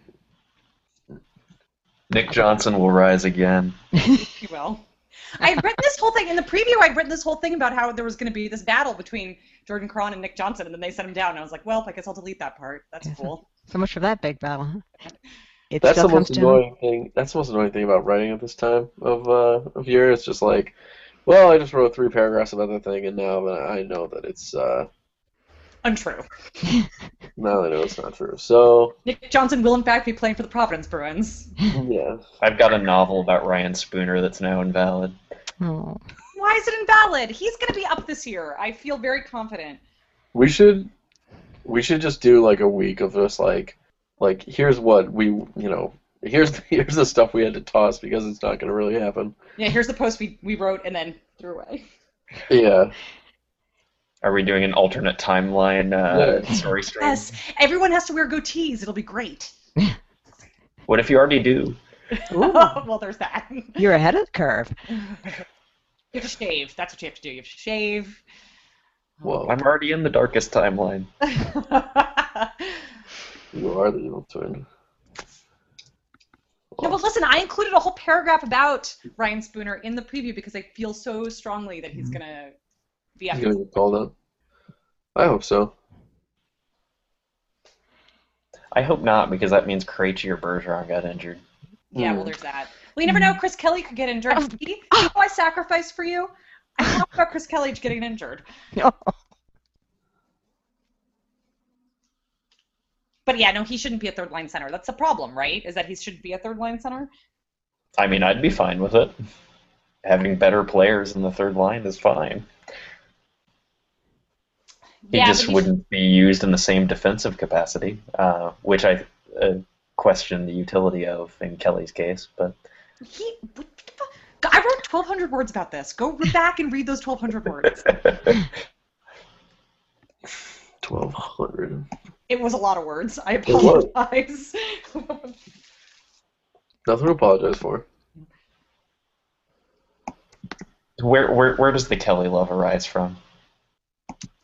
E: Nick Johnson will rise again.
D: You will. I had written this whole thing in the preview. I'd written this whole thing about how there was going to be this battle between Jordan Cron and Nick Johnson, and then they sent him down. And I was like, well, I guess I'll delete that part. That's
C: Yeah.
D: cool.
C: So much for that big battle. huh? It
B: That's
C: still
B: the most
C: comes down.
B: annoying thing. That's the most annoying thing about writing at this time of uh, of year. It's just like, well, I just wrote three paragraphs about the thing, and now I know that it's uh,
D: Untrue.
B: now I know it's not true. So
D: Nick Johnson will in fact be playing for the
C: [LAUGHS]
D: Providence Bruins.
B: yeah,
E: I've got a novel about Ryan Spooner that's now invalid.
C: Oh.
D: Why is it invalid? He's going to be up this year. I feel very confident.
B: we should we should just do like a week of just like like here's what we you know here's [LAUGHS] the, here's the stuff we had to toss because it's not going to really happen.
D: Yeah, here's the post we, we wrote and then threw away.
B: Yeah,
E: Are we doing an alternate timeline uh, story stream?
D: Yes, everyone has to wear goatees. It'll be great.
E: What if you already do?
C: Ooh,
D: [LAUGHS] well, there's that. you
C: [LAUGHS] you're ahead of the curve. [LAUGHS]
D: [LAUGHS] have to shave. That's what you have to do. You have to shave.
B: well,
E: I'm already in the darkest timeline.
D: no,
B: you are the evil twin.
D: but listen, I included a whole paragraph about Ryan Spooner in the preview because I feel so strongly that he's gonna be
B: He's
D: after.
B: gonna get called up. I hope so.
E: I hope not, because that means Krejci or Bergeron got injured.
D: Yeah, well, there's that. Well, you never know. Chris Kelly could get injured.
C: Oh.
D: See how I sacrificed for you? I talked about Chris Kelly getting injured.
C: No.
D: But yeah, no, he shouldn't be a third line center. That's the problem, right? Is that he should be a third line center?
E: I mean, I'd be fine with it. Having better players in the third line is fine. He
D: yeah, but
E: just
D: he-
E: wouldn't be used in the same defensive capacity, uh, which I uh, question the utility of in Kelly's case. But
D: He, what the fuck? I wrote 1,200 words about this. Go re- back and read those 1,200 words.
B: Twelve hundred.
D: It was a lot of words. I
B: was.
D: apologize. [LAUGHS]
B: Nothing to apologize for.
E: where where where does the Kelly love arise from?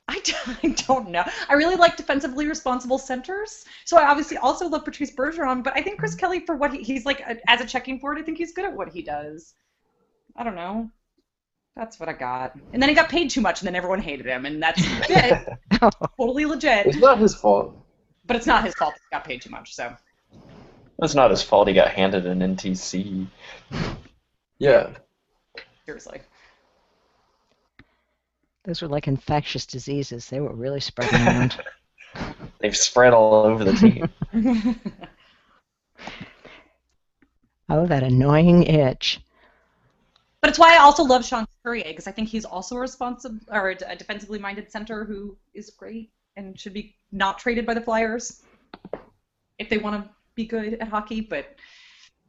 D: I, d- I don't know. I really like defensively responsible centers. So I obviously also love Patrice Bergeron, but I think Chris Kelly, for what he, he's like a, as a checking forward, I think he's good at what he does. I don't know. That's what I got. And then he got paid too much, and then everyone hated him, and that's legit. totally legit.
B: It's not his fault.
D: But it's not his fault that he got paid too much, so.
E: It's not his fault he got handed an NTC.
B: Yeah.
D: Seriously. [LAUGHS]
C: Those were like infectious diseases. They were really spreading
B: [LAUGHS]
C: around.
E: They've spread all over the team.
C: oh, that annoying itch.
D: But it's why I also love Sean Couturier because I think he's also a responsible or a a defensively minded center who is great and should be not traded by the Flyers if they want to be good at hockey, but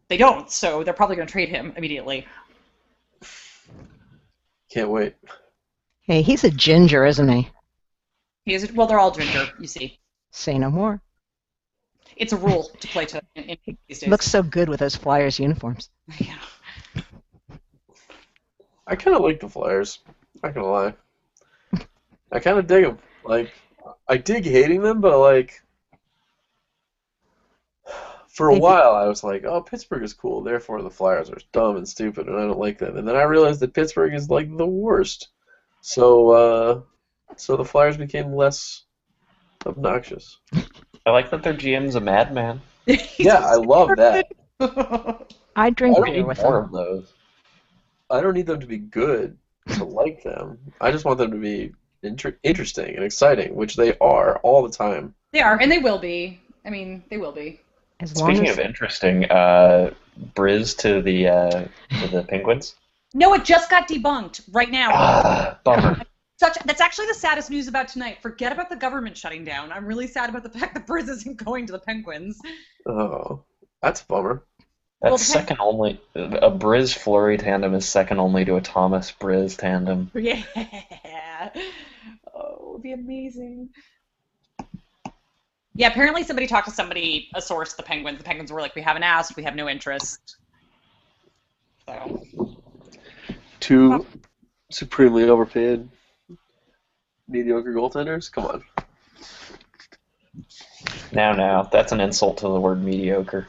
D: they don't, so they're probably going to trade him immediately.
B: Can't wait.
C: Hey, he's a ginger, isn't he?
D: He is, well, they're all ginger, you see.
C: Say no more.
D: It's a rule to play to in, in these days.
C: Looks so good with those Flyers uniforms.
D: [LAUGHS] Yeah.
B: I kind of like the Flyers. Not gonna lie. I kind of dig them. Like, I dig hating them, but like, for a
C: Maybe-
B: while I was like, oh, Pittsburgh is cool. Therefore, the Flyers are dumb and stupid, and I don't like them. And then I realized that Pittsburgh is like the worst. So, uh, so the Flyers became less obnoxious.
E: I like that their GM's a madman.
B: Yeah, I love that.
C: I
B: I
C: drink
B: don't
C: beer
B: need
C: with
B: more
C: them.
B: of those. I don't need them to be good to like them. I just want them to be inter- interesting and exciting, which they are all the time.
D: [LAUGHS] They are, and they will be. I mean, they will be.
C: As long
E: Speaking
C: as
E: of interesting, uh, Briz to the uh, to the Penguins.
D: No, it just got debunked right now.
E: [SIGHS]
D: [LAUGHS]
E: Ah, bummer.
D: Such that's actually the saddest news about tonight. Forget about the government shutting down. I'm really sad about the [LAUGHS] fact that Briz isn't going to the Penguins. [LAUGHS]
B: Oh, that's a bummer.
E: That's
D: Well, the-
E: second only. A Briz Flurry tandem is second only to a Thomas Briz tandem.
D: Yeah. Oh, it would be amazing. Yeah, apparently somebody talked to somebody, a source, the Penguins. The Penguins were like, we haven't asked, we have no interest. So,
B: Two supremely overpaid mediocre goaltenders? Come on.
E: Now, now, that's an insult to the word mediocre.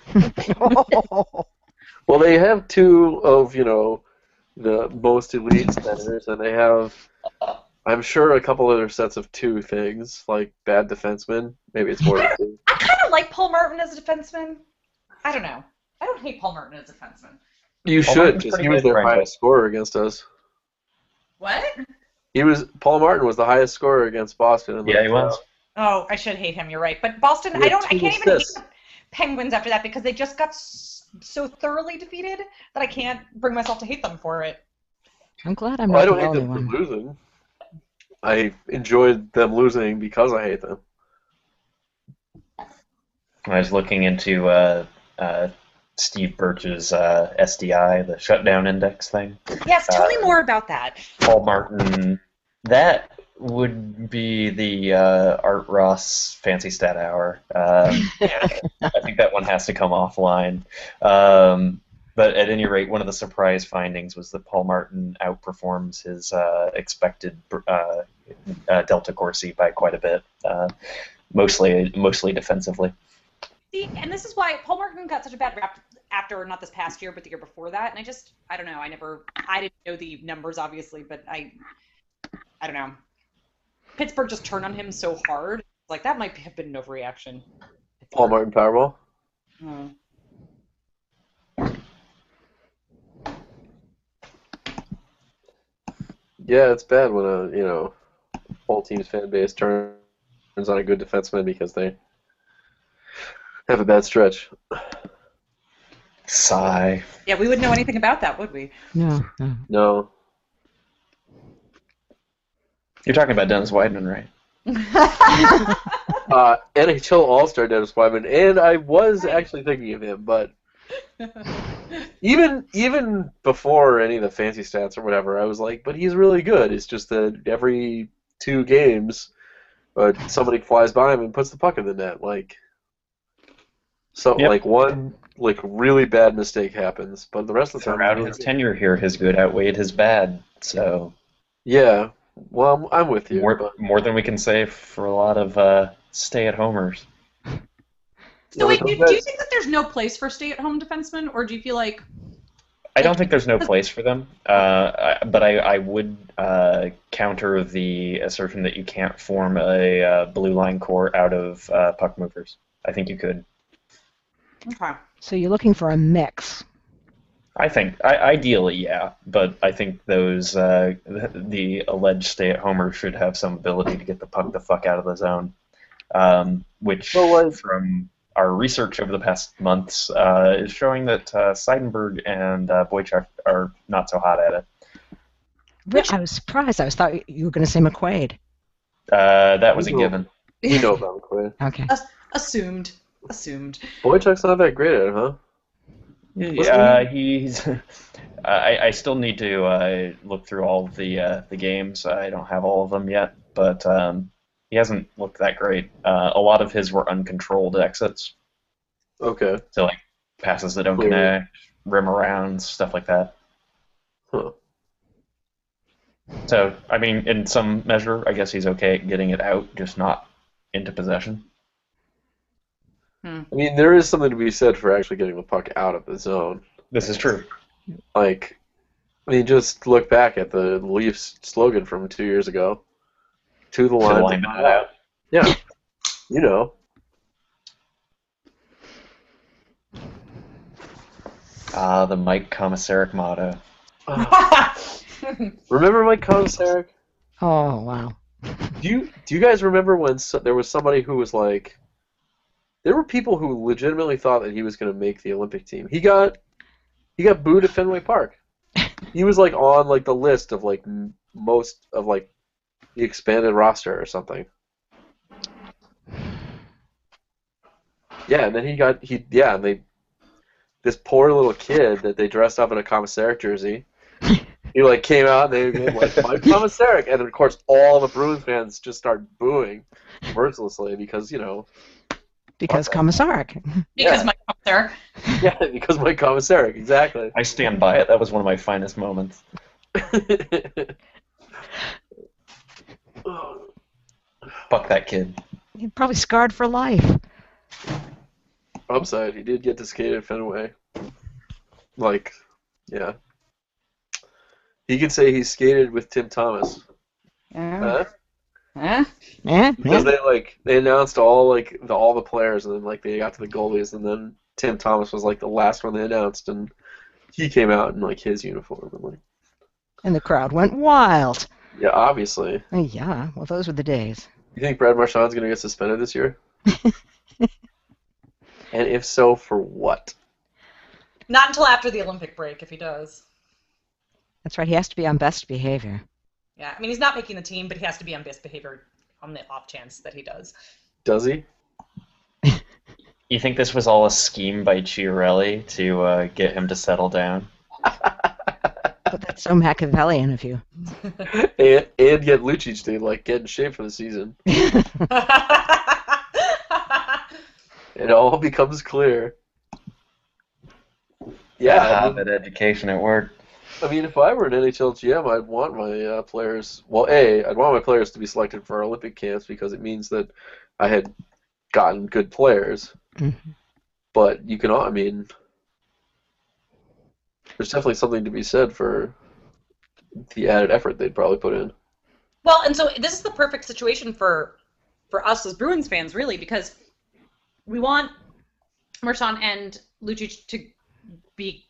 B: Well, they have two of you know the most elite centers, and they have I'm sure a couple other sets of two things like bad defensemen. Maybe it's
E: [LAUGHS]
B: more. than two.
D: I kind of like Paul Martin as a defenseman. I don't know. I don't hate Paul Martin as a defenseman.
B: You
E: Paul
B: should
E: Martin's
B: because he
E: Oh, pretty
B: was
E: good,
B: their
E: frankly.
B: highest scorer against us.
D: What?
B: He was Paul Martin was the highest scorer against Boston. In the
E: Yeah, he was.
D: Oh, I should hate him. You're right. But Boston,
B: He had
D: I don't. I
B: two
D: can't even hate
B: assists.
D: the Penguins after that because they just got s- so thoroughly defeated that I can't bring myself to hate them for it.
C: I'm glad I'm
B: Well, I
C: not
B: don't
C: the
B: hate
C: only
B: them
C: one.
B: for losing. I enjoyed them losing because I hate them.
E: I was looking into uh, uh, Steve Birch's uh, SDI, the shutdown index thing.
D: Yes, tell me
E: Uh,
D: more about that.
E: Paul Martin, that would be the uh, Art Ross Fancy Stat Hour. Um, I think that one has to come offline. Um, but at any rate, one of the surprise findings was that Paul Martin outperforms his uh, expected uh, uh, Delta Corsi by quite a bit, uh, mostly mostly defensively.
D: See, and this is why Paul Martin got such a bad rap after not this past year, but the year before that. And I just, I don't know. I never, I didn't know the numbers obviously, but I, I don't know. Pittsburgh just turned on him so hard. Like that might have been an overreaction.
B: Paul Martin Powerball.
D: Hmm.
B: Yeah, it's bad when a you know whole team's fan base turns on a good defenseman because they have a bad stretch.
E: Sigh.
D: Yeah, we wouldn't know anything about that, would we?
C: No, no.
B: No,
E: You're talking about Dennis Weidman, right?
B: [LAUGHS] uh, NHL All Star Dennis Wyman, and I was actually thinking of him, but even even before any of the fancy stats or whatever, I was like, but he's really good. It's just that every two games, uh, somebody flies by him and puts the puck in the net. Like, so
E: Yep.
B: like one like really bad mistake happens, but the rest of the time,
E: Throughout
B: he's really
E: his
B: good.
E: tenure here, his good outweighed his bad. So
B: yeah. Well, I'm, I'm with you.
E: more,
B: but-
E: more than we can say for a lot of uh, stay-at-homers.
D: So wait,
B: Well,
D: do, do you think that there's no place for stay-at-home defensemen, or do you feel like
E: I don't think there's no place for them, uh, I, but I, I would uh, counter the assertion that you can't form a uh, blue line core out of uh, puck movers. I think you could.
D: okay,
C: So you're looking for a mix.
E: I think, I, ideally, yeah, but I think those uh, the alleged stay-at-homer should have some ability to get the puck the fuck out of the zone, um, which
B: Well, like-
E: from our research over the past months uh, is showing that uh, Seidenberg and uh, Boychuk are not so hot at it.
D: Which-
C: I was surprised. I was thought you were going to say McQuaid.
E: Uh, that was a
B: Ooh.
E: given.
B: you know about McQuaid.
C: Okay.
D: assumed, [LAUGHS] assumed.
B: Boychuk's not that great at it, huh?
E: Uh, he's. [LAUGHS] I, I still need to uh, look through all of the uh, the games. I don't have all of them yet, but um, he hasn't looked that great. Uh, a lot of his were uncontrolled exits,
B: Okay.
E: so like passes that don't
B: Clear.
E: connect, rim arounds, stuff like that.
B: Huh.
E: So I mean, in some measure, I guess he's okay at getting it out, just not into possession.
B: I mean, there is something to be said for actually getting the puck out of the zone.
E: This is true.
B: Like, I mean, just look back at the Leafs slogan from two years ago. To the
E: To the
B: line.
E: line, not out.
B: Yeah. You know.
E: Ah, the Mike Commissaric motto.
B: Ah, remember Mike Komisarek?
C: Oh wow.
B: Do you do you guys remember when so, there was somebody who was like, there were people who legitimately thought that he was going to make the Olympic team. He got he got booed at Fenway Park. He was like on like the list of like m- most of like the expanded roster or something. Yeah, and then he got he yeah and they this poor little kid that they dressed up in a commissaric jersey. He like came out and they were like Mike Commissaric, and of course all the Bruins fans just start booing mercilessly because you know [LAUGHS]
C: because Komisarek.
D: because
B: Yeah.
D: my officer.
B: Yeah, because my commissaric, exactly. [LAUGHS]
E: I stand by it. That was one of my finest moments. Fuck that kid.
C: He's probably scarred for life.
B: Upside, he did get to skate at Fenway. Like, yeah. He could say he skated with Tim Thomas.
D: Yeah.
B: Huh?
D: Eh?
C: Yeah, yeah.
B: Because they like they announced all like the, all the players, and then like they got to the goalies, and then Tim Thomas was like the last one they announced, and he came out in like his uniform, and like
C: and the crowd went wild.
B: yeah, obviously.
C: Oh, Yeah, well, those were the days.
B: You think Brad Marchand's gonna get suspended this year? and if so, for what?
D: Not until after the Olympic break, if he does.
C: That's right. He has to be on best behavior.
D: Yeah, I mean he's not making the team, but he has to be on best behavior on the off chance that he [LAUGHS] does.
B: Does he? [LAUGHS]
E: You think this was all a scheme by Chiarelli to uh, get him to settle down?
C: But that's so Machiavellian of you. [LAUGHS]
B: And and get Lucic to like get in shape for the season. It all becomes clear. Yeah, I mean-
E: have an education at work.
B: I mean, if I were an NHL GM, I'd want my uh, players. Well, a, I'd want my players to be selected for Olympic camps because it means that I had gotten good players.
C: Mhm.
B: But you can, al- I mean, there's definitely something to be said for the added effort they'd probably put in.
D: Well, and so this is the perfect situation for for us as Bruins fans, really, because we want Mershon and Lucic to be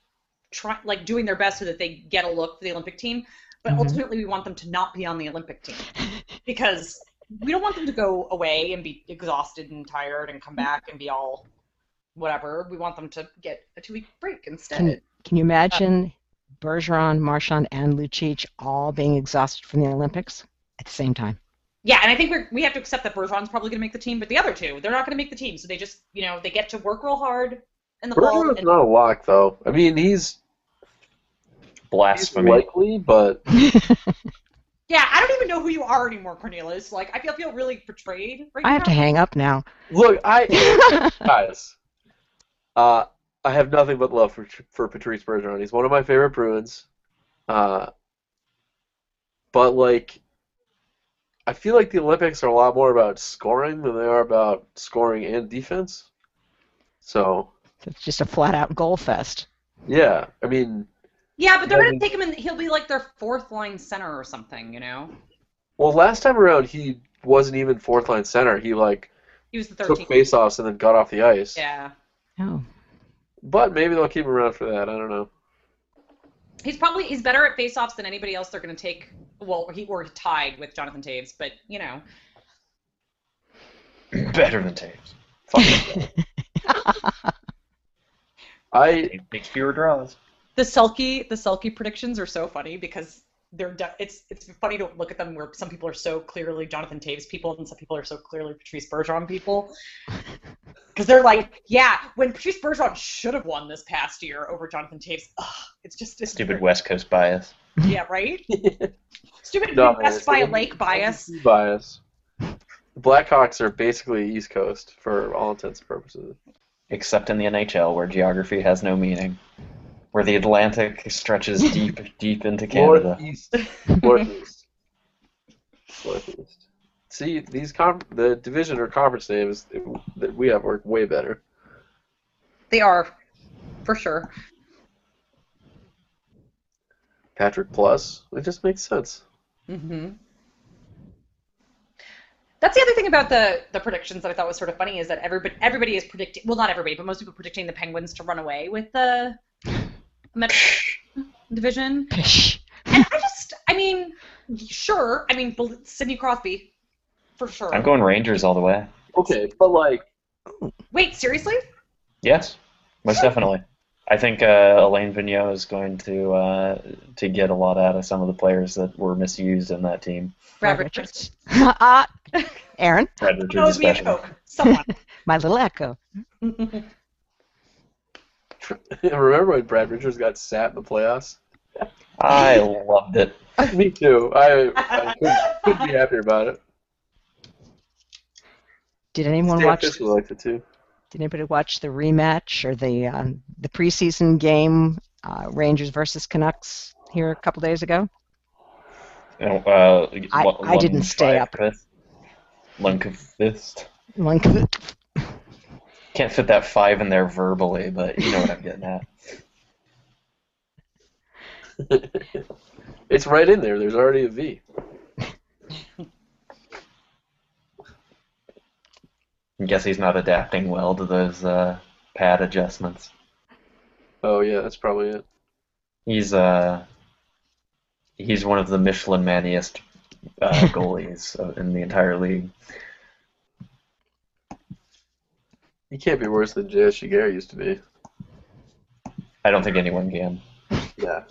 D: try, like doing their best so that they get a look for the Olympic team, but
C: Mhm.
D: ultimately we want them to not be on the Olympic team [LAUGHS] because we don't want them to go away and be exhausted and tired and
C: Mm-hmm.
D: come back and be all whatever. We want them to get a two week break
C: Can
D: instead.
C: you, can you imagine Bergeron, Marchand, and Lucic all being exhausted from the Olympics at the same time?
D: Yeah, and I think we're, we have to accept that Bergeron's probably going to make the team, but the other two, they're not going to make the team. So they just, you know, they get to work real hard in the fall.
B: Bergeron's not a lock, though. I mean, he's, he's
E: Blasphemy.
B: likely, but
D: yeah, I don't even know who you are anymore, Cornelius. Like, I feel feel really betrayed right
C: I have to
D: now.
C: hang up now. [LAUGHS]
B: look, I guys, uh, I have nothing but love for for Patrice Bergeron. He's one of my favorite Bruins. Uh, but like, I feel like the Olympics are a lot more about scoring than they are about scoring and defense. So
C: it's just a flat out goal fest.
B: yeah, I mean,
D: yeah, but they're
B: Yeah,
D: going
B: we-
D: to take him in. He'll be like their fourth line center or something, you know?
B: well, last time around he wasn't even fourth line center. He like
D: He was the
B: took
D: 13th.
B: faceoffs and then got off the ice.
D: Yeah.
C: Oh,
B: But maybe they'll keep him around for that. I don't know.
D: He's probably he's better at faceoffs than anybody else they're going to take. Well, he or tied with Jonathan Taves, but you know,
E: [LAUGHS] Better than tapes. Fuck
B: [LAUGHS]
E: it.
B: I
E: It Makes fewer draws.
D: the Selkie the Selkie predictions are so funny because they're de- it's it's funny to look at them where some people are so clearly Jonathan Taves people and some people are so clearly Patrice
B: [LAUGHS]
D: Bergeron people. Because they're like, yeah, when Patrice Bergeron should have won this past year over Jonathan Taves, ugh, it's just it's
E: Stupid West Coast bias.
D: Yeah, right.
B: [LAUGHS]
D: Stupid [LAUGHS]
B: No,
D: West
B: it's
D: by
B: the-
D: Lake bias.
B: bias. The Blackhawks are basically East Coast for all intents and purposes.
E: except in the NHL, where geography has no meaning, where the Atlantic stretches deep,
B: [LAUGHS]
E: deep into Canada.
D: [LAUGHS]
B: Northeast. Northeast. Northeast. See, these com- the division or conference names that we have are way better.
D: They are, for sure.
B: Patrick Plus, it just makes sense.
D: hmm That's the other thing about the the predictions that I thought was sort of funny is that everybody everybody is predicting well not everybody but most people are predicting the Penguins to run away with the Metro division
C: pish.
D: and I just I mean sure I mean bel- Sidney Crosby for sure
E: I'm going Rangers all the way.
B: Okay, but like, [LAUGHS]
D: wait seriously
E: Yes, most definitely. I think uh, Elaine Vigneault is going to uh, to get a lot out of some of the players that were misused in that team.
D: Brad Richards
C: [LAUGHS] uh, Aaron,
E: Brad Richards
D: owes me a
E: especially.
D: Coke someone
C: my little echo.
B: remember when Brad Richards got sat in the playoffs? [LAUGHS]
E: I loved it.
B: Me too. I, I couldn't, couldn't be happier about it.
C: Did anyone
B: Stan
C: watch?
B: Fitzgerald liked it too.
C: Did anybody watch the rematch or the uh, the preseason game, uh, Rangers versus Canucks here a couple days ago?
E: You know, uh,
C: I-
E: Lun-
C: I didn't stay up.
E: Lundqvist. Lundqvist.
C: Link,
E: Can't fit that five in there verbally, but you know what I'm getting at.
B: It's right in there. There's already a V.
E: I guess he's not adapting well to those uh, pad adjustments.
B: Oh yeah, that's probably it.
E: He's uh, he's one of the Michelin maniest
C: [LAUGHS]
E: uh, goalies uh, in the entire league.
B: He can't be worse than J.S. Shiger used to be.
E: I don't think anyone can.
B: Yeah.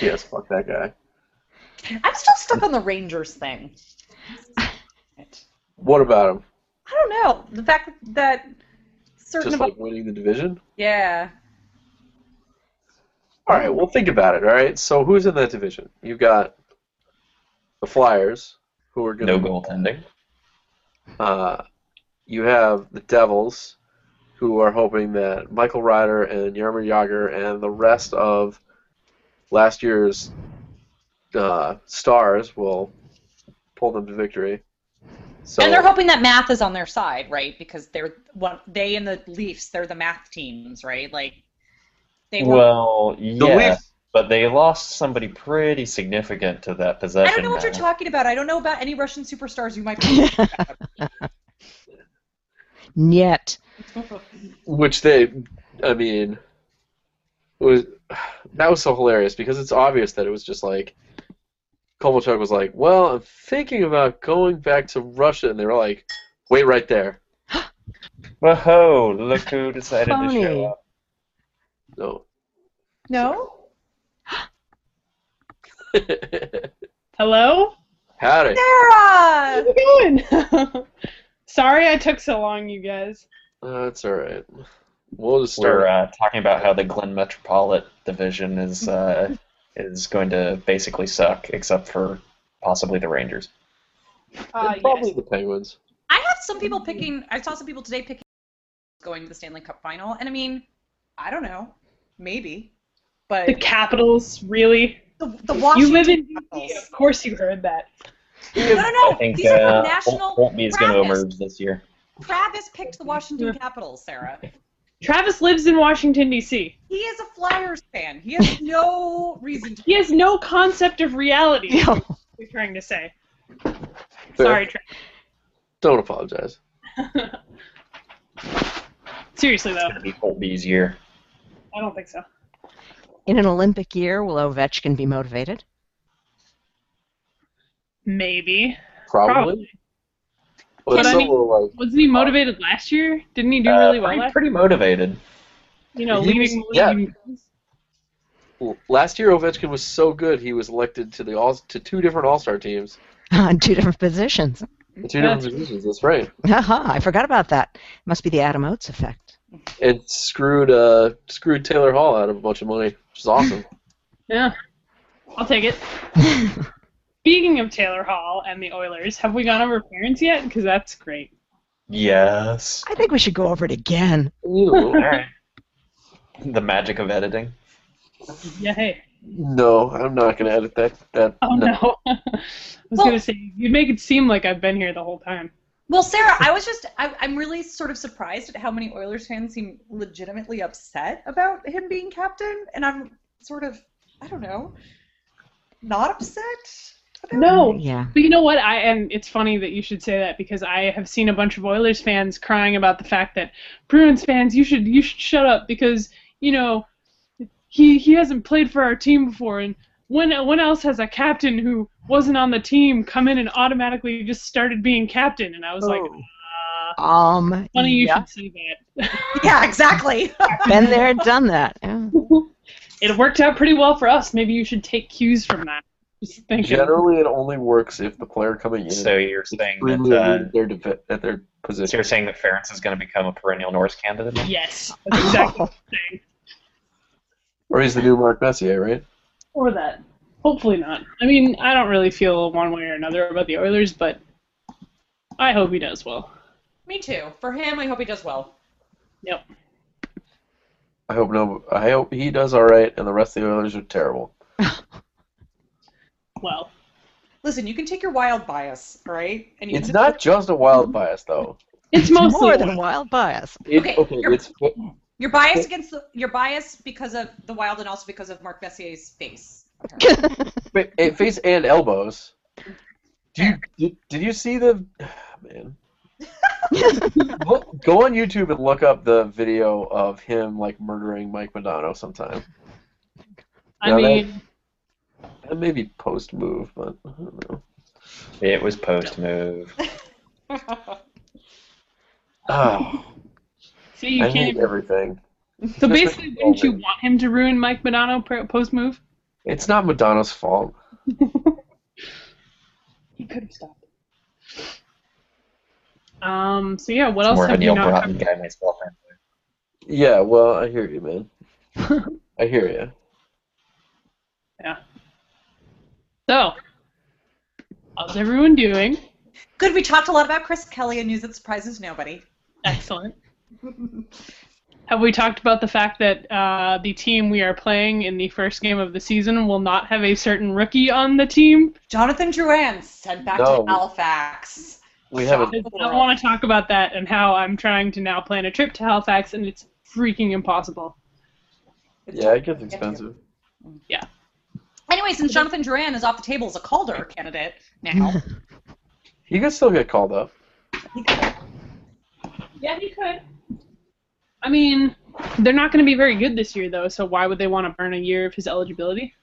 B: Yes, fuck that guy.
D: I'm still stuck on the Rangers thing.
B: What about him?
D: I don't know. The fact that certain
B: Just
D: about
B: like winning the division?
D: yeah.
B: All right, well, think about it. All right, so who's in that division? You've got the Flyers, who are
E: No
B: going to.
E: goaltending.
B: Uh, you have the Devils, who are hoping that Michael Ryder and Yarmir Yager and the rest of last year's uh, stars will pull them to victory. So,
D: and they're hoping that math is on their side, right? Because they're one they and the Leafs, they're the math teams, right? Like they were
E: Well,
B: the
E: yeah,
B: Leafs-
E: but they lost somebody pretty significant to that
D: I don't
E: possession.
D: know what you're
E: battle.
D: talking about. I don't know about any Russian superstars you might be.
C: [LAUGHS]
F: [LAUGHS]
C: Yet,
B: which they, I mean, it was that was so hilarious because it's obvious that it was just like Kovalchuk was like, "Well, I'm thinking about going back to Russia," and they were like, "Wait right there."
E: Whoa, look who decided to
C: Funny.
E: show up.
B: No. [LAUGHS]
D: no?
F: Hello?
B: Howdy.
D: Sarah!
F: How's it going? [LAUGHS] Sorry I took so long, you guys.
B: Uh, that's all right. We'll just start.
E: We're uh, talking about how the Glen Metropolit division
D: [LAUGHS]
E: is uh, is going to basically suck, except for possibly the Rangers.
F: Uh,
B: probably
F: yes.
B: the Penguins.
D: I have some people picking. I saw some people today picking going to the Stanley Cup final, and I mean, I don't know, maybe, but
F: The Capitals, really?
D: the, the Washington.
F: you live in D.C.,
D: Capitals.
F: of course you heard that.
D: No, no, no.
E: I
D: Oh,
E: think
D: These are
E: uh,
D: the national.
E: Holt- Holtby is going to
D: brackets.
E: emerge this year.
D: Travis picked the Washington Capitals, Sarah.
F: Travis lives in Washington, D.C.
D: He is a Flyers fan. He has no reason to.
F: He has no concept of reality,
C: you
F: is
C: know,
F: what we're trying to say.
B: Fair.
F: Sorry, Travis.
B: Don't apologize.
F: Seriously, though,
E: It's going to be Holtby's year.
F: I don't think so.
C: in an Olympic year, will Ovechkin be motivated? [LAUGHS]
F: Maybe.
B: Probably.
F: Probably.
B: Well,
F: But
B: it's
F: I
B: so
F: mean-
B: little, like,
F: Wasn't he motivated last year? Didn't he do
E: Uh,
F: really well
E: pretty,
F: last
E: pretty motivated.
F: You know,
B: He was-
F: leading
B: yeah.
F: the league. in-
B: l- last year Ovechkin was so good he was elected to the all to two different All Star teams,
C: On two different positions.
B: the two
F: That's-
B: different positions. That's right.
C: Haha, I forgot about that. Must be the Adam Oates effect. [LAUGHS]
B: And screwed uh screwed Taylor Hall out of a bunch of money, which is awesome.
F: Yeah. I'll take it. Speaking of Taylor Hall and the Oilers, have we gone over parents yet? Because that's great.
E: Yes.
C: I think we should go over it again.
B: I need a little-
E: All right. The magic of editing.
F: Yay.
B: no, I'm not gonna edit that. That
F: Oh [LAUGHS]
B: no.
F: no. I was
D: Well-
F: gonna say you make it seem like I've been here the whole time.
D: Well, [LAUGHS] Sarah, I was just. I, I'm really sort of surprised at how many Oilers fans seem legitimately upset about him being captain, and I'm sort of. I don't know. Not upset. about it.
F: No.
C: Uh, Yeah.
F: But you know what? I and it's funny that you should say that because I have seen a bunch of Oilers fans crying about the fact that Bruins fans, you should you should shut up because you know he he hasn't played for our team before, and when when else has a captain who wasn't on the team come in and automatically just started being captain? And I was like, uh,
C: Um,
F: funny you
C: Oh, yeah.
F: should say that.
D: Yeah, exactly. [LAUGHS]
C: Been there, done that. Yeah.
F: it worked out pretty well for us. Maybe you should take cues from that. Just thinking.
B: Generally, it only works if the player coming in
E: So
B: is
E: you're saying
B: extremely
E: that
B: elite at their def- at their
E: uh, so
B: position.
E: you're saying that Ference is going to become a perennial Norse candidate? now?
F: Yes,
C: [LAUGHS]
F: that's exactly what I'm saying.
B: Or he's the new Mark Messier, right?
F: Or that. Hopefully not. I mean, I don't really feel one way or another about the Oilers, but I hope he does well.
D: Me too. For him, I hope he does well.
F: Yep.
B: I hope no. I hope he does all right, and the rest of the Oilers are terrible.
F: Well,
D: Listen, you can take your wild bias, all right? And you
B: It's
D: can-
B: not just a wild bias, though.
F: it's
C: [LAUGHS]
F: mostly
C: more
F: one.
C: than wild [LAUGHS] bias.
B: It,
D: Okay,
B: okay,
D: you're-
B: it's
D: Your bias against the, your bias because of the wild and also because of Mark Messier's
B: [LAUGHS]
D: face.
B: fa- it, face and elbows. Do you did, did you see the [SIGHS]
F: [LAUGHS]
B: man? Look- go on YouTube and look up the video of him like murdering Mike Madonna sometime.
F: I
B: Yeah, that-
F: mean,
B: That may be post move, but I don't
F: [SIGHS]
B: know.
E: It was post move.
B: Oh,
F: see, you
B: I
F: can't.
B: hate
F: Even,
B: everything.
F: so basically, wouldn't you
B: moment.
F: want him to ruin Mike Modano post move?
B: It's not Madonna's fault.
F: He could have stopped. it. Um. So yeah, what else
E: More of
F: have
E: a
F: you
E: Neil
F: not
E: Broughton
F: covered?
E: guy myself.
B: Yeah, well, I hear you,
F: [LAUGHS]
B: man. I hear you.
F: So, how's everyone doing?
D: Good, we talked a lot about Chris Kelly and news that surprises nobody.
C: [LAUGHS]
F: Excellent. Have we talked about the fact that uh, the team we are playing in the first game of the season will not have a certain rookie on the team?
D: Jonathan Drouin sent back
B: No.
D: to Halifax.
B: We haven't.
F: I want to talk about that and how I'm trying to now plan a trip to Halifax, and it's freaking impossible.
B: Yeah, it gets expensive.
D: Anyway,
F: Mm-hmm.
D: since Jonathan Duran is off the table as a Calder candidate now,
B: You could still get called up.
F: Yeah, he could. I mean, they're not going to be very good this year, though, so why would they want to burn a year of his eligibility?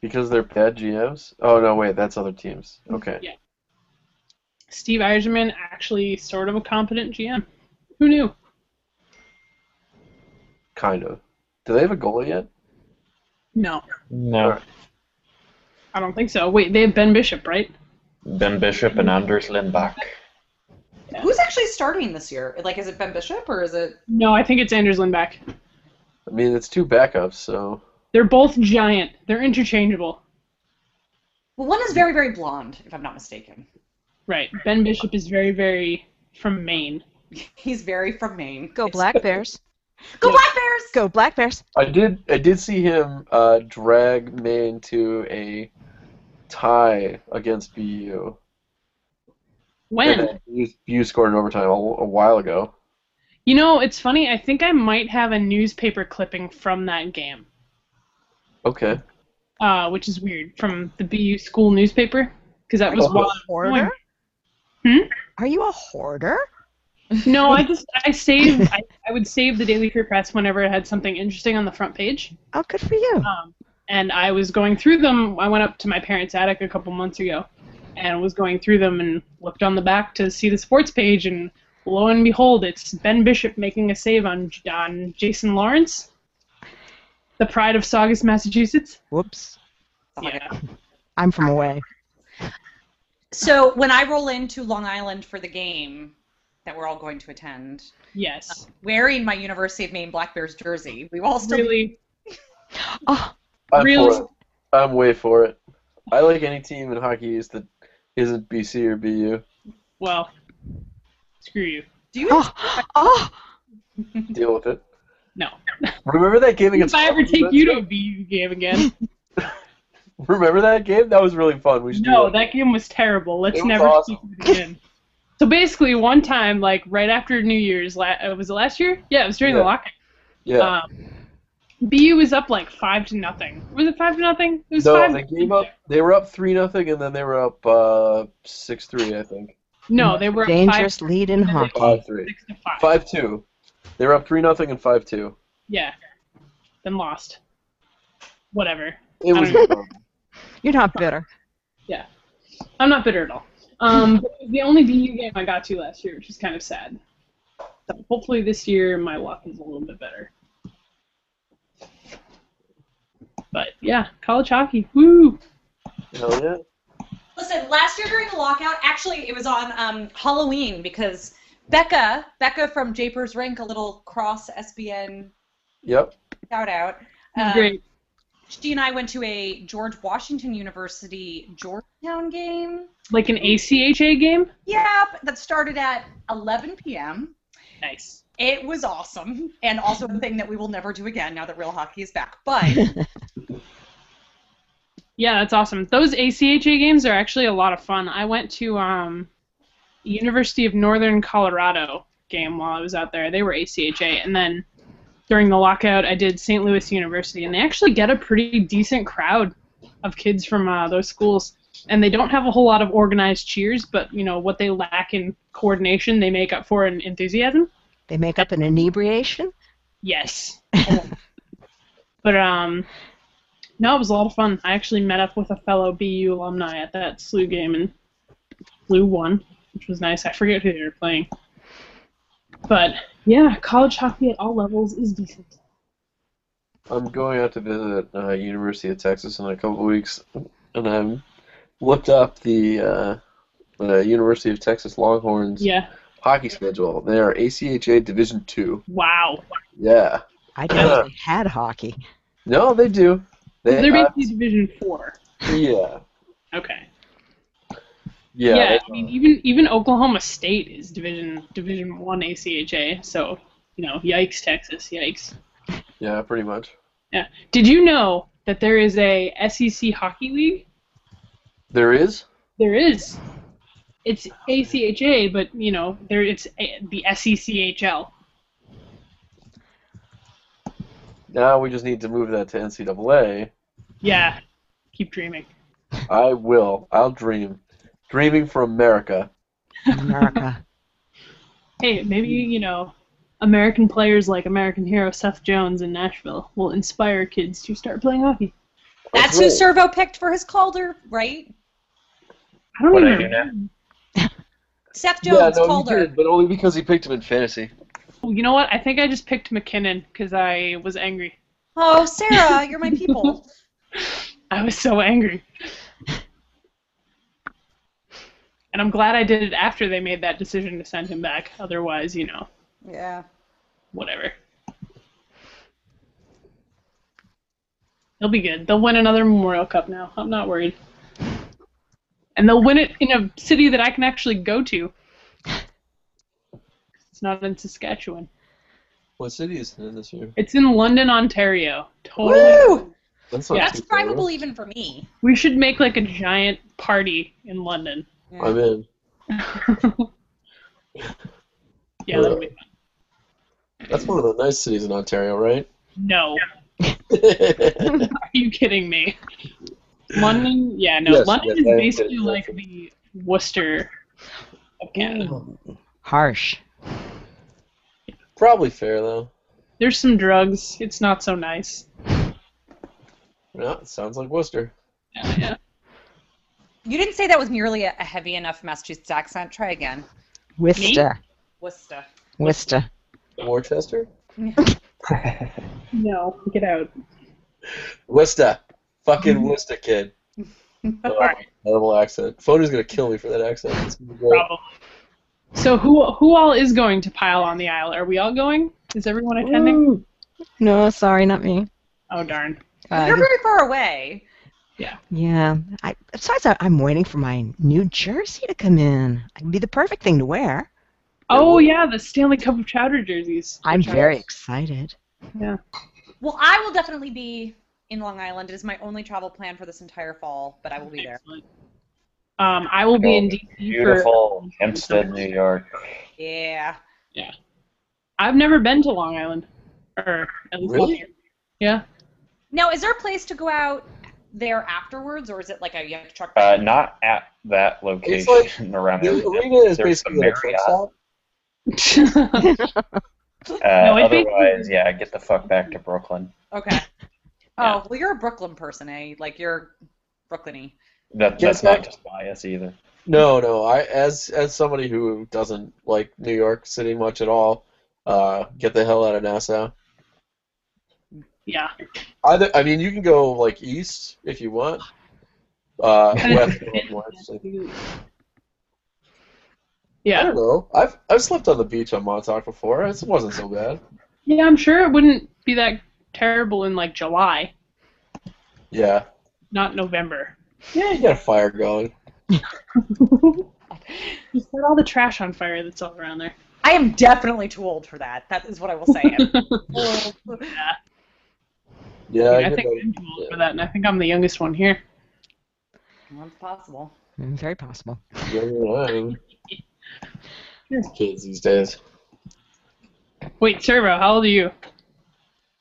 B: Because they're bad GMs? Oh, no, wait, that's other teams. Okay.
F: Steve Eiserman actually sort of a competent GM. Who knew?
B: Kind of. Do they have a goalie yet?
F: [LAUGHS] No,
E: No.
B: Alright.
F: I don't think so. Wait, they have Ben Bishop, right?
E: Ben Bishop and Anders Lindbach.
D: who's actually starting this year? Like, is it Ben Bishop or is it?
F: No, I think it's Anders Lindback.
B: I mean, it's two backups, so.
F: They're both giant. They're interchangeable.
D: Well, one is very, very blonde, if I'm not mistaken. [LAUGHS]
F: Right. Ben Bishop is very, very from Maine.
D: He's very from Maine.
C: Go
D: It's-
C: Black Bears.
D: Go Black Bears.
C: [LAUGHS] Go Black Bears.
B: I did I did see him uh, drag Maine to a tie against BU. And
F: When?
B: then BU, BU scored in overtime a, a while ago.
F: You know, it's funny. I think I might have a newspaper clipping from that game,
B: Okay.
F: uh, which is weird, from the BU school newspaper. Because that was
B: Oh.
F: while I was
C: Hoarder?
F: Hmm?
C: Are you a hoarder?
F: going. [LAUGHS] No, I just I saved. I, I would save the Daily Career Press whenever it had something interesting on the front page.
C: Oh, good for you.
F: Um, and I was going through them. I went up to my parents' attic a couple months ago and was going through them and looked on the back to see the sports page. And lo and behold, it's Ben Bishop making a save on, on Jason Lawrence, the pride of Saugus, Massachusetts.
C: Whoops.
D: Oh
F: Yeah.
C: I'm from away.
D: So when I roll into Long Island for the game that we're all going to attend,
F: Yes.
D: wearing my University of Maine Black Bears jersey, we all still
F: Really?
C: Oh,
B: I'm
F: Really?
B: for it. I'm way for it. I like any team in hockey East that isn't BC or BU.
F: Well, screw you.
D: do. You,
C: oh, oh.
B: Deal with it.
F: No.
B: Remember that game
F: If
B: against
F: I ever
B: Columbus?
F: take you to a BU game again,
B: Remember that game? That was really fun. [LAUGHS] We should do
F: No,
B: that.
F: that game was terrible. Let's
B: It was
F: never
B: awesome.
F: speak of it again. so basically, one time, like right after New Year's, la- uh, was it last year? Yeah, it was during
B: Yeah.
F: the lockout.
B: Yeah.
F: Um, BU was up like five to nothing. Was it five to nothing? It was
B: No,
F: five.
B: they gave up. They were up three nothing, and then they were up uh, six three, I think.
F: No, they were up
C: Dangerous lead in
F: five,
C: hockey.
B: Five three.
F: six to five.
B: Five two. They were up three nothing and five two.
F: Yeah, then lost. Whatever.
B: It was.
F: don't
B: dumb.
C: You're not bitter.
F: I'm not bitter at all. Um, but it was the only BU game I got to last year, which is kind of sad. So hopefully this year my luck is a little bit better. But yeah, college hockey, woo!
B: [LAUGHS] Hell yeah.
D: listen, last year during the lockout, actually, it was on um, Halloween because Becca, Becca from Japers Rink, a little cross SBN
B: Yep.
D: shout out. um,
F: Great.
D: She and I went to a George Washington University Georgetown game.
F: Like an ACHA game?
D: Yep, that started at 11 p.m.
F: Nice.
D: It was awesome, and also the thing that we will never do again now that real hockey is back.
B: [LAUGHS]
D: But
F: Yeah, that's awesome. Those ACHA games are actually a lot of fun. I went to um, University of Northern Colorado game while I was out there. They were ACHA, and then during the lockout, I did St. Louis University, and they actually get a pretty decent crowd of kids from uh, those schools. And they don't have a whole lot of organized cheers, but you know what they lack in coordination, they make up for in enthusiasm.
C: They make up an inebriation.
F: Yes. [LAUGHS] but um no, it was a lot of fun. I actually met up with a fellow BU alumni at that SLU game and SLU won, which was nice. I forget who they were playing. But yeah, college hockey at all levels is decent.
B: I'm going out to visit uh, University of Texas in a couple weeks, and I'm looked up the uh, the University of Texas Longhorns
F: Yeah.
B: hockey schedule. They are ACHA Division Two.
F: Wow.
B: Yeah.
C: I didn't they had hockey.
B: No, they do. They
F: They're
B: have-
F: basically Division Four.
B: [LAUGHS] yeah.
F: Okay.
B: Yeah.
F: I mean even even Oklahoma State is Division Division One ACHA, so you know, yikes Texas, yikes.
B: yeah, pretty much.
F: Did you know that there is a SEC hockey league?
B: There is?
F: There is. It's ACHA, but you know, there it's a, the E SECHL.
B: Now we just need to move that to NCAA.
F: Yeah. Keep dreaming.
B: I will. I'll dream. Dreaming for America.
F: [LAUGHS]
C: America.
F: Hey, maybe you know, American players like American hero Seth Jones in Nashville will inspire kids to start playing hockey.
D: that's who Servo picked for his Calder, right?
F: I
B: Oh,
F: don't
E: What I
F: even.
E: do now?
D: Seth
B: yeah,
D: Jones
B: no,
D: Calder.
B: he did, but only because he picked him in fantasy.
F: You know what? I think I just picked McKinnon because I was angry.
D: Oh, Sarah, you're
B: [LAUGHS]
D: my people.
F: I was so angry. And I'm glad I did it after they made that decision to send him back. Otherwise, you know,
D: yeah.
F: whatever. They'll be good. They'll win another Memorial Cup now. I'm not worried. And they'll win it in a city that I can actually go to. It's not in Saskatchewan.
B: What city is it in this year?
F: It's in London, Ontario. Totally.
D: Woo!
B: That's,
F: Yeah.
D: That's probably even for me.
F: We should make like a giant party in London. [LAUGHS]
B: I'm in.
F: yeah, that'll be fun.
B: That's one of the nice cities in Ontario,
D: [LAUGHS]
B: right? [LAUGHS]
F: No.
B: yeah,
F: Are you kidding me? London, yeah, no.
B: Yes,
F: London
B: yes,
F: is
B: I am
F: basically
B: kidding.
F: like the Worcester of
C: Oh.
F: Canada.
C: Harsh.
B: probably fair though.
F: There's some drugs. It's not so nice.
B: Yeah, it sounds like Worcester.
F: Yeah, yeah.
D: You didn't say that was merely a, a heavy enough Massachusetts accent. Try again.
C: Worcester.
D: Worcester.
C: Worcester.
B: Worcester.
F: No, get out.
B: Worcester. Fucking
D: Mm-hmm.
B: Worcester
D: [LAUGHS]
B: kid. Oh, Terrible accent. Phone is gonna kill me for that accent. It's gonna be great.
F: Probably. So who who all is going to pile on the aisle? Are we all going? Is everyone attending?
C: No, sorry, not me.
F: Oh darn.
C: Uh,
D: You're very far away.
C: yeah. I, besides, I, I'm waiting for my new jersey to come in. It'd be the perfect thing to wear.
F: Oh yeah, the Stanley Cup of Chowder jerseys.
C: I'm
F: Which I-
C: very excited.
D: Well, I will definitely be in Long Island. It is my only travel plan for this entire fall, but I will be there.
F: Excellent. Um, I will be in
E: Oh,
F: DC for
E: Beautiful Hempstead, New York.
D: Yeah.
F: I've never been to Long Island. Or at least
B: Really?
F: Yeah.
D: Now, is there a place to go out there afterwards, or is it like a you have to truck?
E: Uh, not at that location [LAUGHS]
B: It's
E: around
B: The
E: there.
B: arena is
E: There's
B: basically
E: the
B: like a truck
E: Marriott.
B: stop.
E: Uh,
F: No, it basically-
E: otherwise, yeah, get the fuck back to Brooklyn.
D: Okay.
E: [LAUGHS] Yeah.
D: Oh, well, you're a Brooklyn person, eh? Like you're Brooklyny.
E: That,
B: Get
E: that's
B: back-
E: not just bias either.
B: No, no. I as as somebody who doesn't like New York City much at all, uh, get the hell out of Nassau.
F: [LAUGHS] yeah.
B: Either I mean, you can go like east if you want.
F: [LAUGHS]
B: Uh, west, northwest. I
F: Yeah.
B: don't know. I've I've slept on the beach on Montauk before. It wasn't so bad.
F: Yeah, I'm sure it wouldn't be that terrible in like July,
B: Yeah,
F: not November. [LAUGHS]
B: yeah. You got a fire going.
F: Just set all the trash on fire that's all around there.
D: I am definitely too old for that. That is what I will
E: [LAUGHS]
D: say. [LAUGHS] I'm old.
B: Yeah,
F: I,
B: I, get
F: think
B: that.
F: I'm too old for that, and I think I'm the youngest one here.
D: That's possible.
C: Mm, Very possible.
F: [LAUGHS]
B: Younger than I. Kids these days.
F: Wait, Servo, how old are you?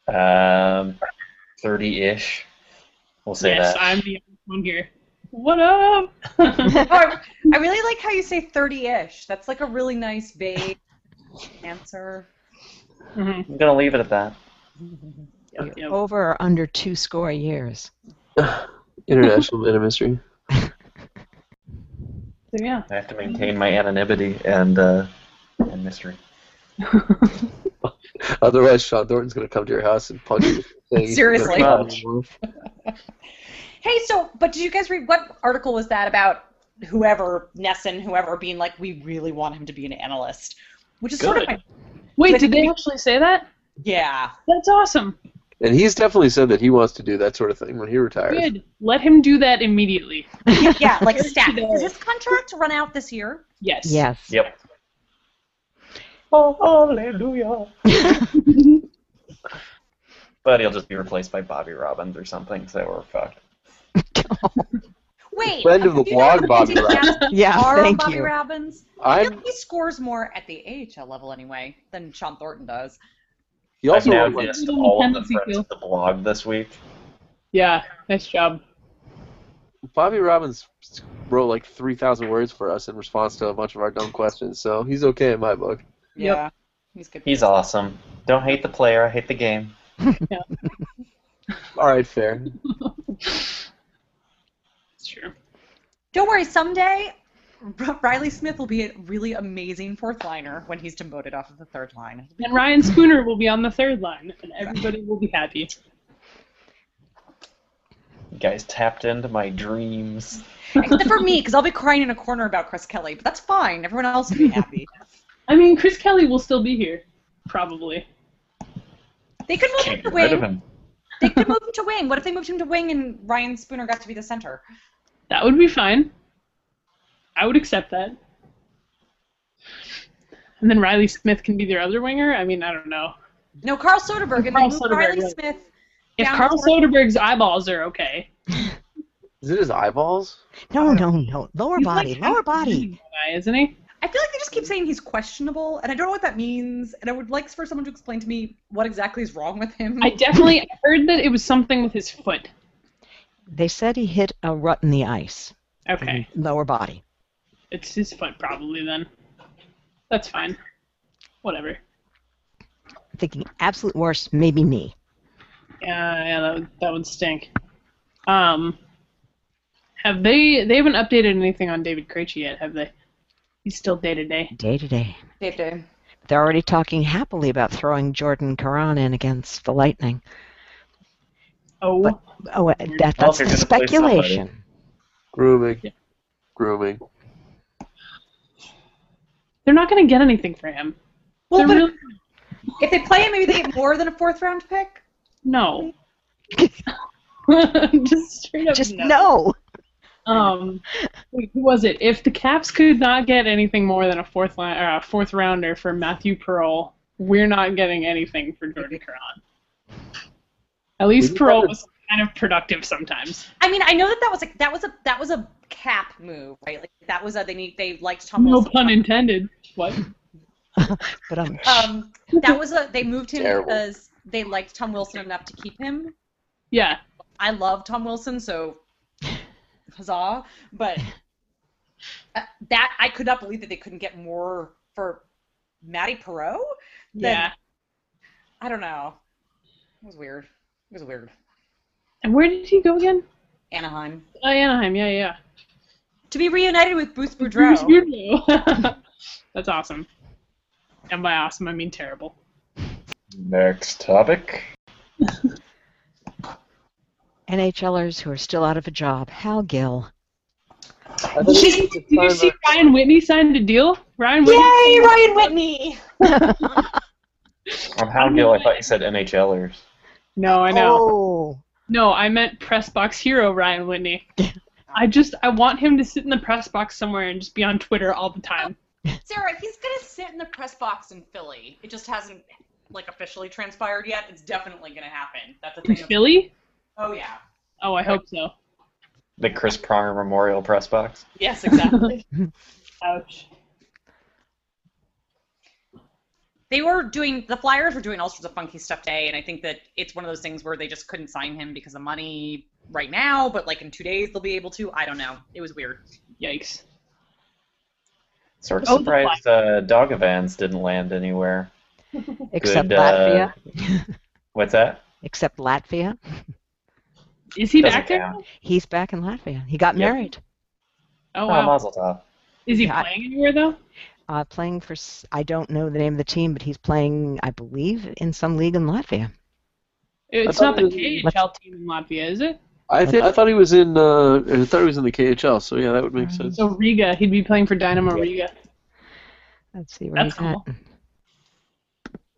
E: Um, thirty-ish. We'll say
F: yes,
E: that.
F: I'm the youngest one here. What up? [LAUGHS] Mm-hmm.
D: Oh, I, I really like how you say 30-ish. That's like a really nice
E: [LAUGHS]
D: vague answer.
F: Mhm.
E: I'm gonna leave it at that.
F: Yep, yep.
C: Over or under two score years.
B: International Ministry.
F: So, yeah.
E: I have to maintain my anonymity and uh, and mystery.
B: Otherwise, Sean Thornton's gonna come to your house and punch you.
F: [LAUGHS]
B: He's
D: Seriously.
B: gonna come on the roof.
D: Hey, so but did you guys read what article was that about whoever Nesson, whoever being like, we really want him to be an analyst, which is sort of
F: Good.
D: my
F: Wait, did they actually say that?
D: yeah.
F: That's awesome.
B: And he's definitely said that he wants to do that sort of thing when he retires.
F: Good. Let him do that immediately.
D: Yeah, like stat.
F: today.
D: Does his contract run out this year?
F: Yes.
C: Yes. [LAUGHS]
E: Yep.
F: Oh,
E: [LAUGHS] But he'll just be replaced by Bobby Robbins or something, so we're fucked.
D: Wait.
B: Friend of the
D: you guys
B: blog, Bobby
D: who didn't ask
C: Yeah,
D: are
C: [LAUGHS]
D: on
C: thank
D: Bobby
C: you.
D: Robbins. I feel
B: I'm.
D: like he scores more at the AHL level anyway than Sean Thornton does.
B: He also
E: I've now
B: wrote, like,
E: missed all of the
F: Tendency
E: friends
F: to-
E: of the blog this week.
F: Yeah. Nice job.
B: Bobby Robbins wrote like three thousand words for us in response to a bunch of our dumb questions. So he's okay in my book.
F: Yep.
D: Yeah. He's good.
E: He's awesome. Don't hate the player. I hate the game.
B: All right, fair.
F: Sure.
D: Don't worry, someday R- Riley Smith will be a really amazing fourth liner when he's demoted off of the third line.
F: And Ryan Spooner will be on the third line, and everybody will be happy.
E: You guys tapped into my dreams.
D: Except for me, because I'll be crying in a corner about Chris Kelly, but that's fine. Everyone else will be happy.
F: I mean, Chris Kelly will still be here, probably.
D: They could move
E: Can't
D: him to
E: get rid of
D: wing.
E: him.
D: They could move him to wing. What if they moved him to wing and Ryan Spooner got to be the center?
F: That would be fine. I would accept that. And then Riley Smith can be their other winger. I mean, I don't know.
D: No, Carl Soderberg and then
F: Carl
D: move
F: Soderberg,
D: Riley
F: yeah.
D: Smith.
F: If
D: down
F: Carl
D: to-
F: Soderberg's eyeballs are okay,
B: Is it his eyeballs?
C: No, no, no. Lower
F: He's
C: body.
F: like
C: Lower
F: half
C: body.
F: Asian guy, isn't he?
D: I feel like they just keep saying he's questionable, and I don't know what that means. And I would like for someone to explain to me what exactly is wrong with him.
F: I definitely I heard that it was something with his foot.
C: They said he hit a rut in the ice. Mm,
F: Okay,
C: Lower body.
F: it's his foot probably then. That's fine. Whatever.
C: Thinking absolute worst, maybe knee.
F: Yeah, yeah, that would, that would stink. Um, have they? They haven't updated anything on David Krejci yet, have they? He's still day to day.
C: Day to day.
D: Dave Day.
C: They're already talking happily about throwing Jordan Caron in against the Lightning.
F: Oh,
C: But- Oh, uh, that,
E: Well,
C: that's
E: if you're
C: the
E: gonna play somebody.
C: speculation.
B: Grooming.
F: Yeah.
B: Grooming.
F: they're not going to get anything for him.
D: Well,
F: They're
D: but
F: really-
D: if they play him, maybe they get more than a fourth round pick.
F: no. [LAUGHS] just straight up
C: Just
F: no.
C: no.
F: Um, wait, who was it? If the Caps could not get anything more than a fourth line or a fourth rounder for Matthew Pearl, we're not getting anything for Jordan Caron. At least
B: Wouldn't
F: Pearl
B: that-
F: was kind of productive sometimes.
D: I mean, I know that that was like that was a that was a cap move, right? Like that was a they need they liked Tom.
F: No
D: Wilson.
F: pun intended. What?
C: But um,
D: Um, that was a they moved him
B: Terrible.
D: because they liked Tom Wilson enough to keep him.
F: Yeah.
D: I love Tom Wilson, so huzzah! But uh, that I could not believe that they couldn't get more for Matty Perot. Then-
F: Yeah.
D: I don't know. It was weird. It was weird.
F: And where did he go again?
D: Anaheim
F: Oh, Anaheim. Yeah, yeah.
D: to be reunited with Booth
F: [LAUGHS] Bruce
D: Boudreau.
F: Boudreau. [LAUGHS] That's awesome. And by awesome, I mean terrible.
E: Next topic.
C: NHLers who are still out of a job. Hal Gill.
B: I
F: Did
B: thought it
F: you,
B: was
F: [LAUGHS] did
B: the
F: you
B: time
F: see
B: of-
F: Ryan Whitney signed a deal? Ryan Whitney.
D: Yay, Ryan Whitney!
E: On Hound Gill, I thought you said NHLers.
F: No, I know.
C: Oh,
F: No, I meant press box hero Ryan Whitney. I just I want him to sit in the press box somewhere and just be on Twitter all the time.
D: Sarah, he's gonna sit in the press box in Philly. It just hasn't like officially transpired yet. It's definitely gonna happen. That's a
F: In
D: thing. of-
F: Philly?
D: oh yeah.
F: Oh, I hope so.
E: The Chris Pronger Memorial Press Box.
D: Yes, [LAUGHS] exactly.
F: Ouch.
D: they were doing the Flyers were doing all sorts of funky stuff today, and I think that it's one of those things where they just couldn't sign him because of money right now, but like in two days they'll be able to. I don't know. It was weird.
F: Yikes.
E: Sort of
F: Oh, the
E: surprised uh, Dogavans didn't land anywhere.
C: Except
E: Good, uh,
C: Latvia.
E: What's that?
C: Except Latvia.
F: Is he
E: Doesn't
F: back there?
E: count.
F: now?
C: He's back in Latvia. He got
E: Yep.
C: married.
F: Oh,
E: Oh,
F: wow.
E: Mazel tov.
F: Is he
C: Yeah, I-
F: playing anywhere, though?
C: Uh, playing for, s- I don't know the name of the team, but he's playing, I believe, in some league in Latvia.
F: It's
B: I
F: not
B: thought
F: the
B: it
F: KHL team in Latvia, is it?
B: I thi- I thought he was in uh, I thought he was in the KHL, so yeah, that would make
C: Mm.
B: sense.
F: So Riga, he'd be playing for Dynamo Riga.
C: Let's see where
F: That's
C: he's at.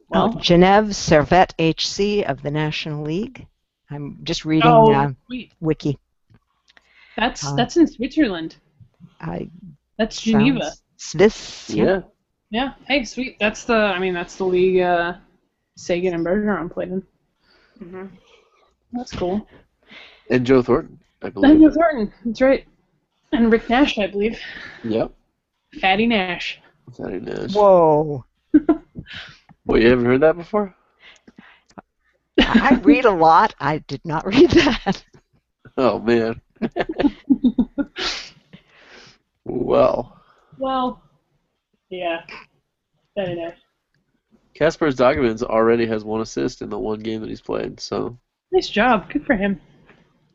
F: Well,
C: oh, Geneve Servette HC of the National League. I'm just reading
F: oh,
C: uh,
F: wait,
C: Wiki.
F: that's
C: uh,
F: that's in Switzerland.
C: I
F: That's Geneva.
C: sounds-
F: Mm-hmm.
C: Swiss. Yeah.
B: Yeah.
F: Yeah. Hey, sweet. That's the. I mean, that's the league uh, Sagan and Bergeron played in. That's cool.
B: And Joe Thornton, I
F: And
B: believe.
F: Thornton. That's right. And Rick Nash, I believe.
B: yep.
F: Fatty Nash.
B: That is.
C: Whoa.
B: Wait, you haven't heard that before?
C: I I read a lot. I did not read that.
B: Oh
F: [LAUGHS]
B: man. well,
F: Well. Yeah. Fatty Nash.
B: Casper's Dogmans already has one assist in the one game that he's played, so
F: Nice job. Good for him.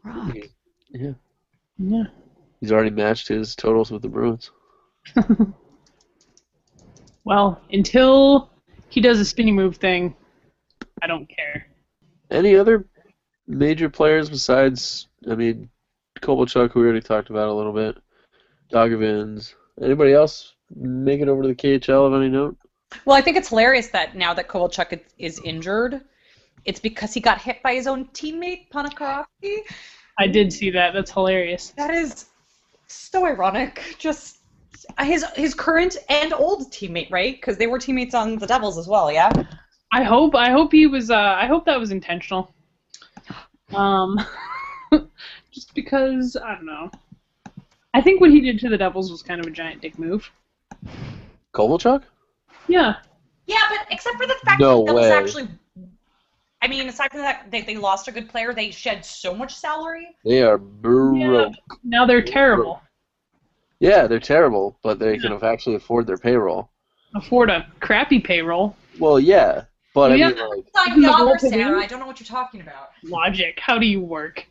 C: Rock.
F: Yeah.
B: he's already matched his totals with the Bruins.
F: Well, until he does a spinny move thing, I don't care.
B: Any other major players besides? I mean, Kovalchuk, who we already talked about a little bit. Dogovins. Anybody else make it over to the KHL of any note?
D: Well, I think it's hilarious that now that Kovalchuk is- is injured, it's because he got hit by his own teammate Panakaraki.
F: I did see that. That's hilarious.
D: That is so ironic. Just his his current and old teammate, right? Because they were teammates on the Devils as well, yeah.
F: I hope I hope he was uh, I hope that was intentional. Um, [LAUGHS] just because I don't know. I think what he did to the Devils was kind of a giant dick move.
B: Kovalchuk?
F: Yeah,
D: Yeah, but except for the fact
B: No
D: that the Devils
B: way.
D: actually. I mean, aside from that, they, they lost a good player. They shed so much salary.
B: They are broke.
F: now they're terrible.
B: Yeah, they're terrible, but they can actually afford their payroll.
F: Afford a crappy payroll.
B: Well, yeah, but
F: Yeah.
B: I mean, like,
D: It's like
F: Even the
D: dollar,
F: goaltending?
D: Sarah. I don't know what you're talking about.
F: Logic. How do you work?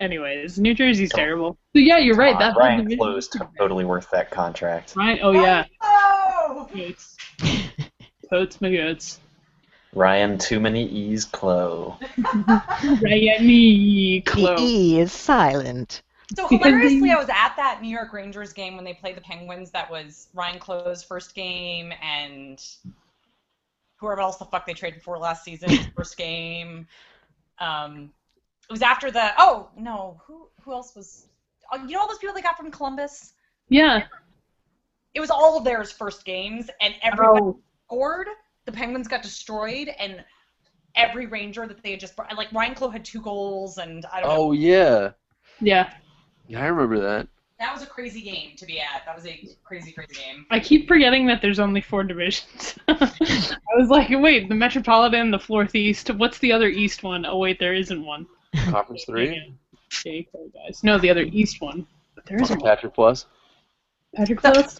F: Anyways, New Jersey's terrible. So yeah, you're [LAUGHS] right.
E: Uh,
F: That whole
E: Ryan
F: division-
E: Close totally worth that contract.
F: Ryan. Oh yeah.
D: Oh!
F: Goats. Totes my goats.
E: Ryan Too Many E's Clo.
F: Ryan
C: The [LAUGHS]
F: Close.
C: E is silent.
D: So
F: Because
D: hilariously,
F: they-
D: I was at that New York Rangers game when they played the Penguins. That was Ryan Close's first game and whoever else the fuck they traded for last
F: [LAUGHS]
D: season's first game. Um, it was after the oh no who who else was oh, you know all those people they got from Columbus.
F: Yeah.
D: It was all of theirs first games and everybody
F: Oh,
D: scored. The Penguins got destroyed and every Ranger that they had just brought like Ryan Close had two goals and I don't know.
B: oh yeah,
F: yeah.
B: yeah, I remember that.
D: That was a crazy game to be at. That was a crazy crazy game.
F: I keep forgetting that there's only four divisions. [LAUGHS] I was like, wait, the Metropolitan, the Fourth East. What's the other East one? Oh wait, there isn't one.
B: Conference
F: [LAUGHS]
B: three,
F: Okay, cool, guys. No, the other East one. But there isn't one.
B: Patrick Plus.
F: Patrick Close.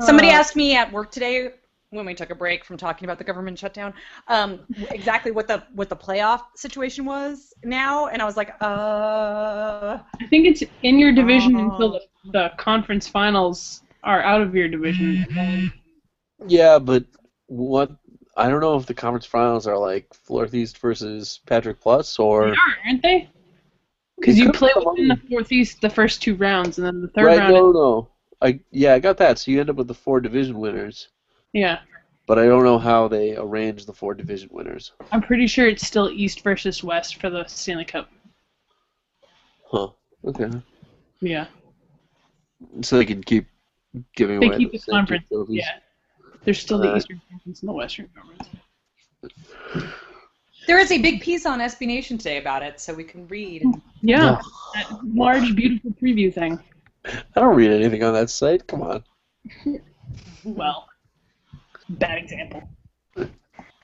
D: Somebody
F: Uh,
D: asked me at work today when we took a break from talking about the government shutdown, um, exactly what the what the playoff situation was now, and I was like, uh,
F: I think it's in your division
D: Oh.
F: until the, the conference finals are out of your division.
B: Mm-hmm.
F: And
B: Yeah, but what? I don't know if the conference finals are like Northeast versus Patrick Plus
F: They
B: or
F: are, aren't they? Because
B: It
F: you
B: could
F: play
B: come
F: within the
B: on.
F: Fourth East the first two rounds, and then the third
B: right?
F: round.
B: No, no. I yeah, I got that. So you end up with the four division winners,
F: yeah,
B: but I don't know how they arrange the four division winners.
F: I'm pretty sure it's still East versus West for the Stanley Cup.
B: Huh? Okay.
F: Yeah.
B: so they can keep giving
F: They
B: away
F: keep
B: the
F: the
B: same
F: conference,
B: trophies.
F: Yeah. There's still the
B: Uh,
F: Eastern Conference and the Western Conference.
D: There is a big piece on SB Nation today about it, so we can read.
F: Yeah. That large, beautiful preview thing.
B: I don't read anything on that site. Come on. [SIGHS]
F: Well, bad example.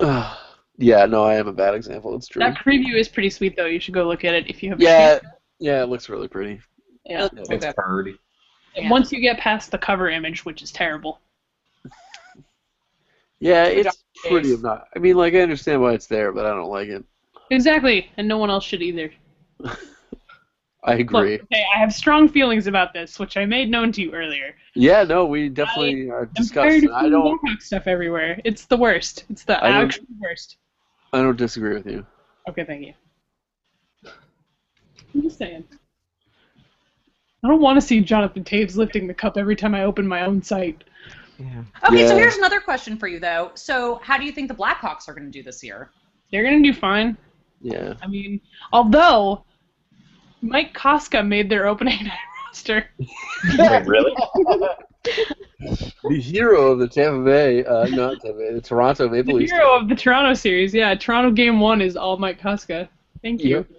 B: Ugh. yeah, no, I am a bad example. It's true.
F: That preview is pretty sweet, though. You should go look at it if you have
B: yeah, yeah, it looks really pretty.
F: a chance.
D: It'll-
E: It's
F: [LAUGHS]
E: hard.
F: Yeah.
D: Yeah.
F: Once you get past the cover image, which is terrible.
B: Yeah,
D: Good
B: it's
D: job,
B: pretty
D: Chase.
B: obnoxious. I mean, like, I understand why it's there, but I don't like it.
F: Exactly, and no one else should either.
B: I agree.
F: Look, okay, I have strong feelings about this, which I made known to you earlier.
B: yeah, no, we definitely are
F: I'm tired
B: discussed.
F: of
B: and I
F: seeing
B: don't,
F: Warhawk stuff everywhere. It's the worst. It's the
B: I don't-
F: actual worst.
B: I don't disagree with you.
F: Okay, thank you. I'm just saying. I don't want to see Jonathan Taves lifting the cup every time I open my own site.
C: [LAUGHS] Yeah.
D: Okay, so
B: Yeah.
D: here's another question for you, though. So, how do you think the Blackhawks are going to do this year?
F: They're gonna do fine.
B: Yeah,
F: I mean, although Mike Koska made their opening [LAUGHS] night roster.
E: Wait, really?
B: the hero of the Tampa Bay, uh, not Tampa Bay, the Toronto Maple
F: The
B: Leafs.
F: hero of the Toronto series, yeah. Toronto game one is all Mike Koska. Thank you.
B: Yep.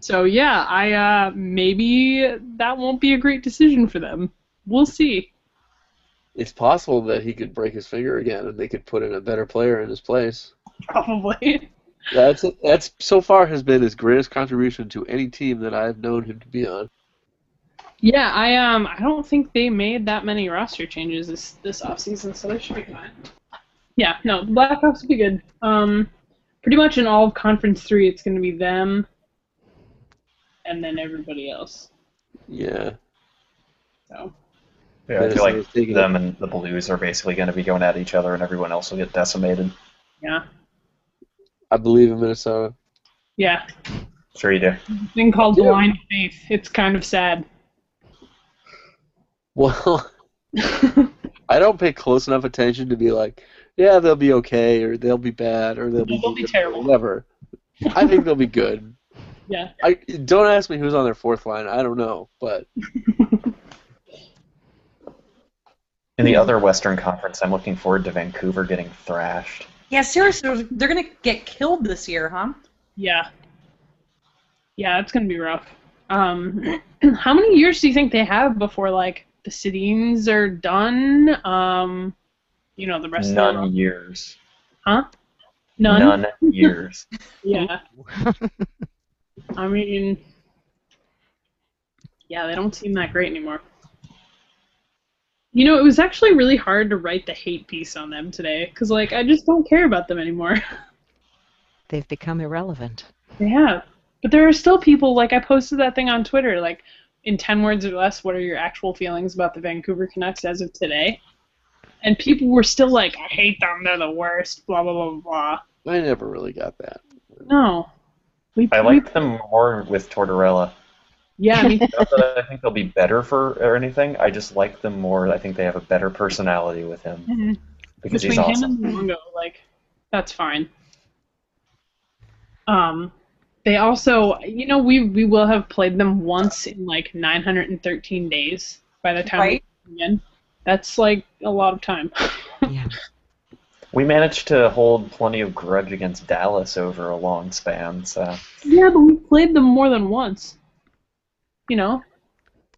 F: So yeah, I uh, maybe that won't be a great decision for them. We'll see.
B: It's possible that he could break his finger again, and they could put in a better player in his place.
F: Probably.
B: That's that's so far has been his greatest contribution to any team that I've known him to be on.
F: [LAUGHS] yeah, I um I don't think they made that many roster changes this this offseason, so they should be fine. Yeah, no, the Blackhawks will be good. Um pretty much in all of conference three it's gonna be them and then everybody else.
B: Yeah,
F: So
E: Yeah, I
B: Yes,
E: feel
B: I was
E: like
B: thinking-
E: them and the Blues are basically going to be going at each other, and everyone else will get decimated.
F: yeah.
B: I believe in Minnesota. [LAUGHS]
F: Yeah.
E: Sure you do.
F: Thing called
B: Yeah.
F: blind faith. It's kind of sad.
B: Well, I don't pay close enough attention to be like, yeah, they'll be okay, or they'll be bad, or they'll be,
F: They'll be
B: good, or
F: terrible.
B: Whatever. I think they'll be good.
F: yeah.
B: I don't ask me who's on their fourth line. I don't know, but
E: In
F: Mm-hmm.
E: the other Western Conference, I'm looking forward to Vancouver getting thrashed.
D: Yeah, seriously, they're going to get killed this year, huh?
F: Yeah. Yeah, it's gonna be rough. Um, [CLEARS THROAT] how many years do you think they have before like the Sedines are done? Um, you know the rest of
E: None
F: them.
E: years.
F: Huh? None. [LAUGHS]
E: years.
F: Yeah. I mean, yeah, they don't seem that great anymore. You know, it was actually really hard to write the hate piece on them today because like I just don't care about them anymore.
C: They've become irrelevant.
F: They have. But there are still people, like, I posted that thing on Twitter, like, in 10 words or less, what are your actual feelings about the Vancouver Canucks as of today? And people were still like, I hate them, they're the worst, blah, blah, blah, blah.
B: I never really got that.
F: No. We,
E: I
F: we-
E: like them more with Tortorella.
F: yeah,
E: [LAUGHS]
F: I mean,
E: Not that I think they'll be better for or anything. I just like them more. I think they have a better personality with him because
F: between
E: he's awesome.
F: him and Luongo, like, that's fine. Um, they also, you know, we, we will have played them once in, like, 913 days by the time
D: Right?
F: we play again. That's, like, a lot of time.
C: Yeah.
E: We managed to hold plenty of grudge against Dallas over a long span, so
F: Yeah, but we played them more than once. You know?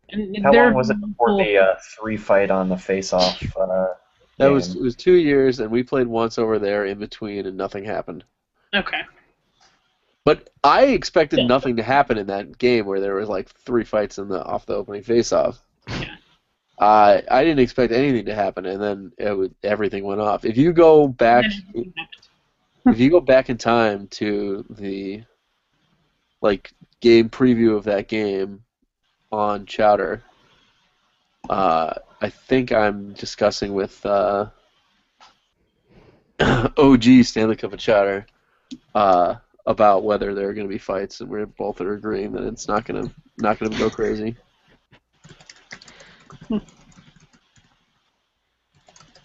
F: And
E: how
F: they're-
E: long was it before the uh, three fight on the face-off? Uh,
B: That was
E: game?
B: it was two years, and we played once over there in between, and nothing happened.
E: uh,
F: Okay.
B: But I expected
F: Yeah.
B: nothing to happen in that game where there was like three fights in the off the opening faceoff.
F: Yeah.
B: Uh, I didn't expect anything to happen, and then it would, everything went off. If you go back, if you go back in time to the like game preview of that game on Chowder, uh, I think I'm discussing with uh, [CLEARS THROAT] OG Stanley Cup of Chowder uh, about whether there are going to be fights, and we're both are agreeing that it's not going to not going to go crazy.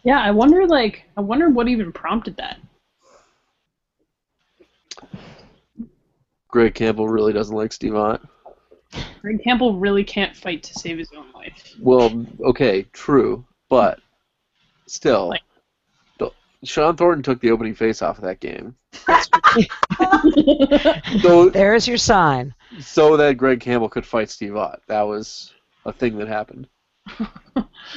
F: Yeah, I wonder, like, I wonder what even prompted that.
B: Greg Campbell really doesn't like Steve Ott.
F: Greg Campbell really can't fight to save his own life.
B: [LAUGHS] Well, okay, true, but still,
F: Like-
B: the- Sean Thornton took the opening face off of that game.
F: [LAUGHS]
B: So,
C: [LAUGHS] There's your sign.
B: so that Greg Campbell could fight Steve Ott. That was a thing that happened.
E: I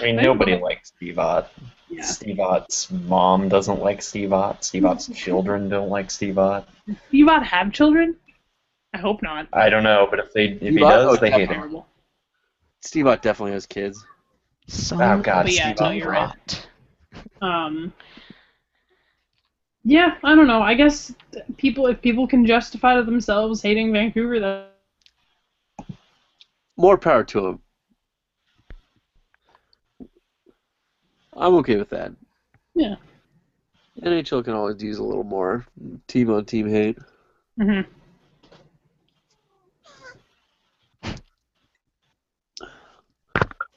E: mean, nobody likes Steve Ott.
F: Yeah.
E: Steve Ott's mom doesn't like Steve Ott. Steve Ott's children don't like Steve Ott.
F: You about have children? I hope not.
E: I don't know, but if they if he
B: Steve Ott?
E: does,
B: Oh,
E: they hate him.
F: Horrible.
B: Steve Ott definitely has kids.
C: So
E: Oh God,
F: But yeah,
E: Steve
F: no,
E: Ott.
F: you're right. Um. Yeah, I don't know. I guess people, if people can justify to themselves hating Vancouver, that
B: More power to him. I'm okay with that.
F: Yeah.
B: NHL can always use a little more team on team hate.
F: hmm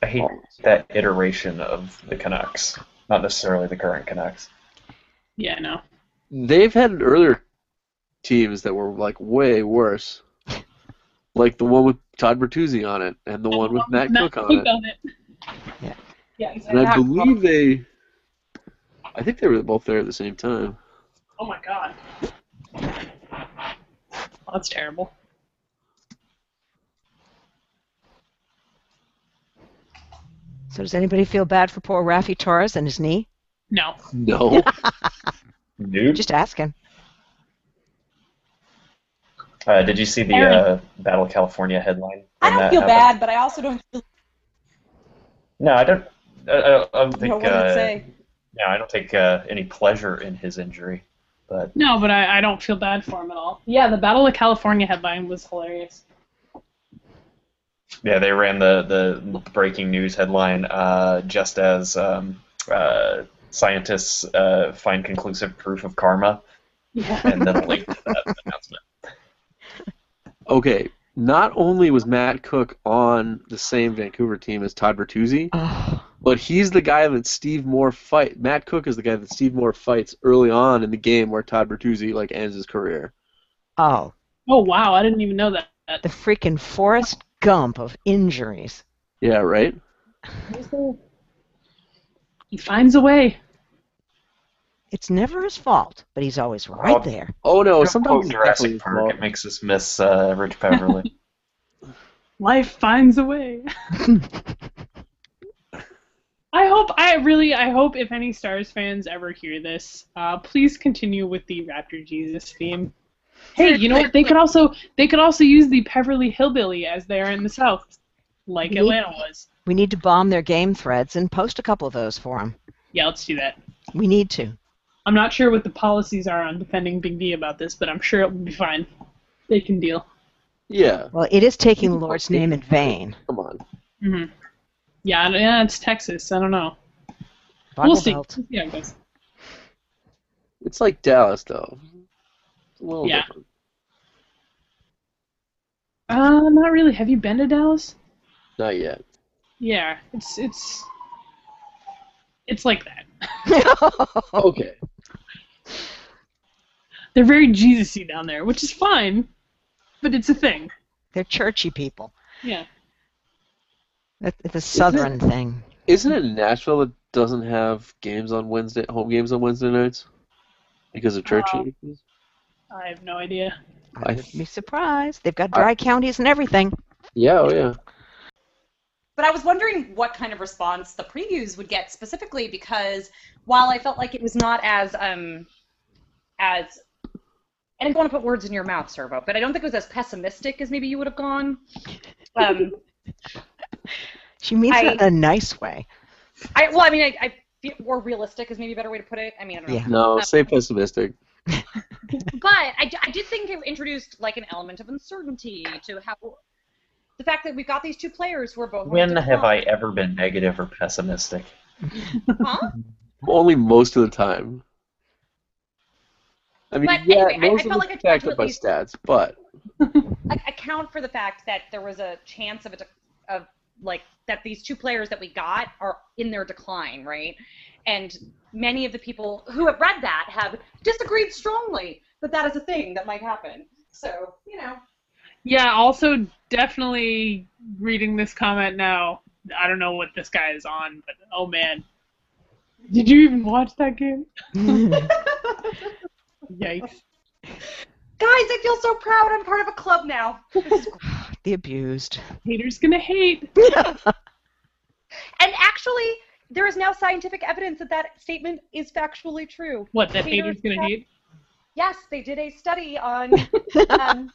E: I hate that iteration of the Canucks, not necessarily the current Canucks.
F: yeah, no.
B: They've had earlier teams that were like way
E: [LAUGHS]
B: worse, like the one with Todd Bertuzzi on it and the one with Matt Cook on it.
F: on it.
D: Yeah,
B: And I
D: Matt Cook.
B: believe they, I think they were both there at the same time.
F: Oh my god. That's terrible.
C: So does anybody feel bad for poor Rafi Torres and his knee?
F: No.
B: No,
E: Nope.
C: Just asking.
E: Uh, did you see the
F: Aaron.
E: uh, Battle California headline?
D: I
E: when
D: don't
E: that
D: feel bad,
E: happened?
D: but I also don't feel
E: No, I don't. I, I, I don't
D: you know, what
E: think.
D: did it
E: uh,
D: say?
E: No, I don't take uh, any pleasure in his injury. But
F: No, but I, I don't feel bad for him at all. Yeah, the Battle of California headline was hilarious.
E: yeah, they ran the, the breaking news headline uh, just as um, uh, scientists uh, find conclusive proof of karma,
F: Yeah.
E: and
D: [LAUGHS]
E: then a link to that announcement.
B: [LAUGHS] okay. Not only was Matt Cook on the same Vancouver team as Todd Bertuzzi,
C: Oh,
B: But he's the guy that Steve Moore fight. Matt Cook is the guy that Steve Moore fights early on in the game where Todd Bertuzzi like ends his career.
C: oh
F: Oh wow, I didn't even know that.
C: the freaking Forrest Gump of injuries.
B: Yeah, right.
F: He finds a way.
C: It's never his fault, but he's always right
E: Oh.
C: there.
B: Oh no,
E: Don't
B: sometimes
E: quote
B: it's
E: Jurassic
B: definitely
E: Park.
B: small.
E: It makes us miss uh,
D: [LAUGHS]
E: Rich Peverly.
F: Life finds a way. I hope I really I hope if any Stars fans ever hear this, uh, please continue with the Raptor Jesus theme. Hey, you know what? They could also they could also use the Beverly Hillbilly as they are in the South, like
C: Yeah.
F: Atlanta was.
C: We need to bomb their game threads and post a couple of those for them.
F: Yeah, let's do that.
C: We need to.
F: I'm not sure what the policies are on defending Big D about this, but I'm sure it will be fine. They can deal.
B: Yeah,
C: Well, it is taking the Lord's name in vain.
B: come on.
F: hmm Yeah, I- yeah, it's Texas. I don't know. we'll
C: Bible
F: see.
C: Belt.
F: Yeah, I guess.
B: It's like Dallas though. It's a little
F: Yeah.
B: different.
F: Uh, not really. Have you been to Dallas?
B: Not yet.
F: Yeah, it's it's it's like that.
C: [LAUGHS]
D: [LAUGHS]
B: Okay.
F: They're very Jesus-y down there, which is fine, but it's a thing.
C: They're churchy people.
F: Yeah.
C: That- It's a southern thing.
B: Isn't it Nashville that doesn't have games on Wednesday, home games on Wednesday nights, because of church?
F: Oh.
B: issues?
F: I have no idea.
C: I
B: I-
C: would be surprised. They've got dry counties and everything.
B: yeah, oh yeah.
D: But I was wondering what kind of response the previews would get specifically because while I felt like it was not as um as I didn't want to put words in your mouth, Servo, but I don't think it was as pessimistic as maybe you would have gone. Um,
C: She means
D: I-
C: it in a nice way. [LAUGHS]
D: I well, I mean, I, I feel more realistic is maybe a better way to put it. I mean, I don't know.
C: Yeah.
B: No, stay pessimistic.
D: But I, d- I did think it introduced like an element of uncertainty to how the fact that we've got these two players who are both on
E: when have I
D: decline.
E: ever been negative or pessimistic?
D: Huh?
B: Only most of the time. I mean,
D: But
B: yeah,
D: anyway, I- I
B: most
D: felt
B: of
D: like I
B: it's
D: tried
B: backed
D: to
B: up
D: at
B: by
D: least-
B: stats, but
D: like account for the fact that there was a chance of a de- of like that these two players that we got are in their decline, right? And many of the people who have read that have disagreed strongly that that is a thing that might happen. So you know,
F: Yeah. Also, definitely reading this comment now. I don't know what this guy is on, but oh man, did you even watch that game? Yikes!
D: I feel so proud. I'm part of a club now.
C: the abused.
F: Haters gonna hate.
D: And actually, there is now scientific evidence that that statement is factually true.
F: What that haters gonna hate?
D: Yes, they did a study on um,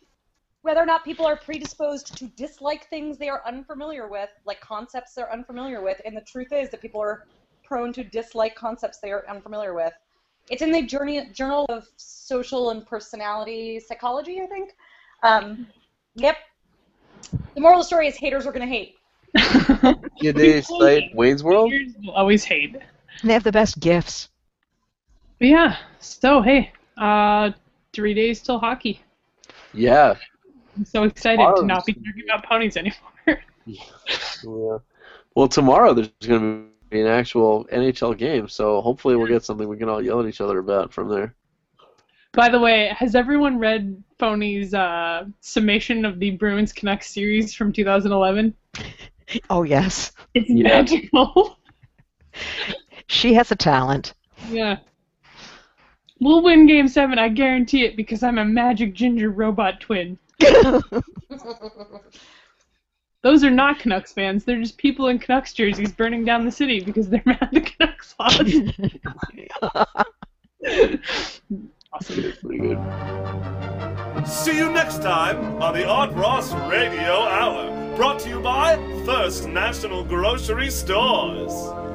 D: whether or not people are predisposed to dislike things they are unfamiliar with, like concepts they're unfamiliar with. And the truth is that people are prone to dislike concepts they are unfamiliar with. It's in the journey, Journal of Social and Personality Psychology, I think. Um, yep. The moral of the story is haters are going to hate.
F: [LAUGHS]
D: [LAUGHS]
B: Did they cite Wayne's World?
F: haters will always hate.
C: They have the best gifts.
F: But yeah. So hey, uh, three days till hockey.
B: Yeah.
F: I'm so excited to
B: Tomorrow's-
F: not be talking about ponies anymore.
B: Yeah. Well, tomorrow there's going to be an actual NHL game, so hopefully we'll get something we can all yell at each other about from there.
F: By the way, has everyone read Phony's uh, summation of the Bruins Canucks series from 2011?
C: Oh yes,
F: It's
B: Yeah.
F: magical. [LAUGHS]
C: she has a talent. [LAUGHS]
F: yeah. We'll win game seven, I guarantee it, because I'm a magic ginger robot twin. Those are not Canucks fans. They're just people in Canucks jerseys burning down the city because they're [LAUGHS] mad the Canucks [LAUGHS] lost. awesome.
B: It's pretty good.
A: See you next time on the Odd Ross Radio Hour, brought to you by First National Grocery Stores.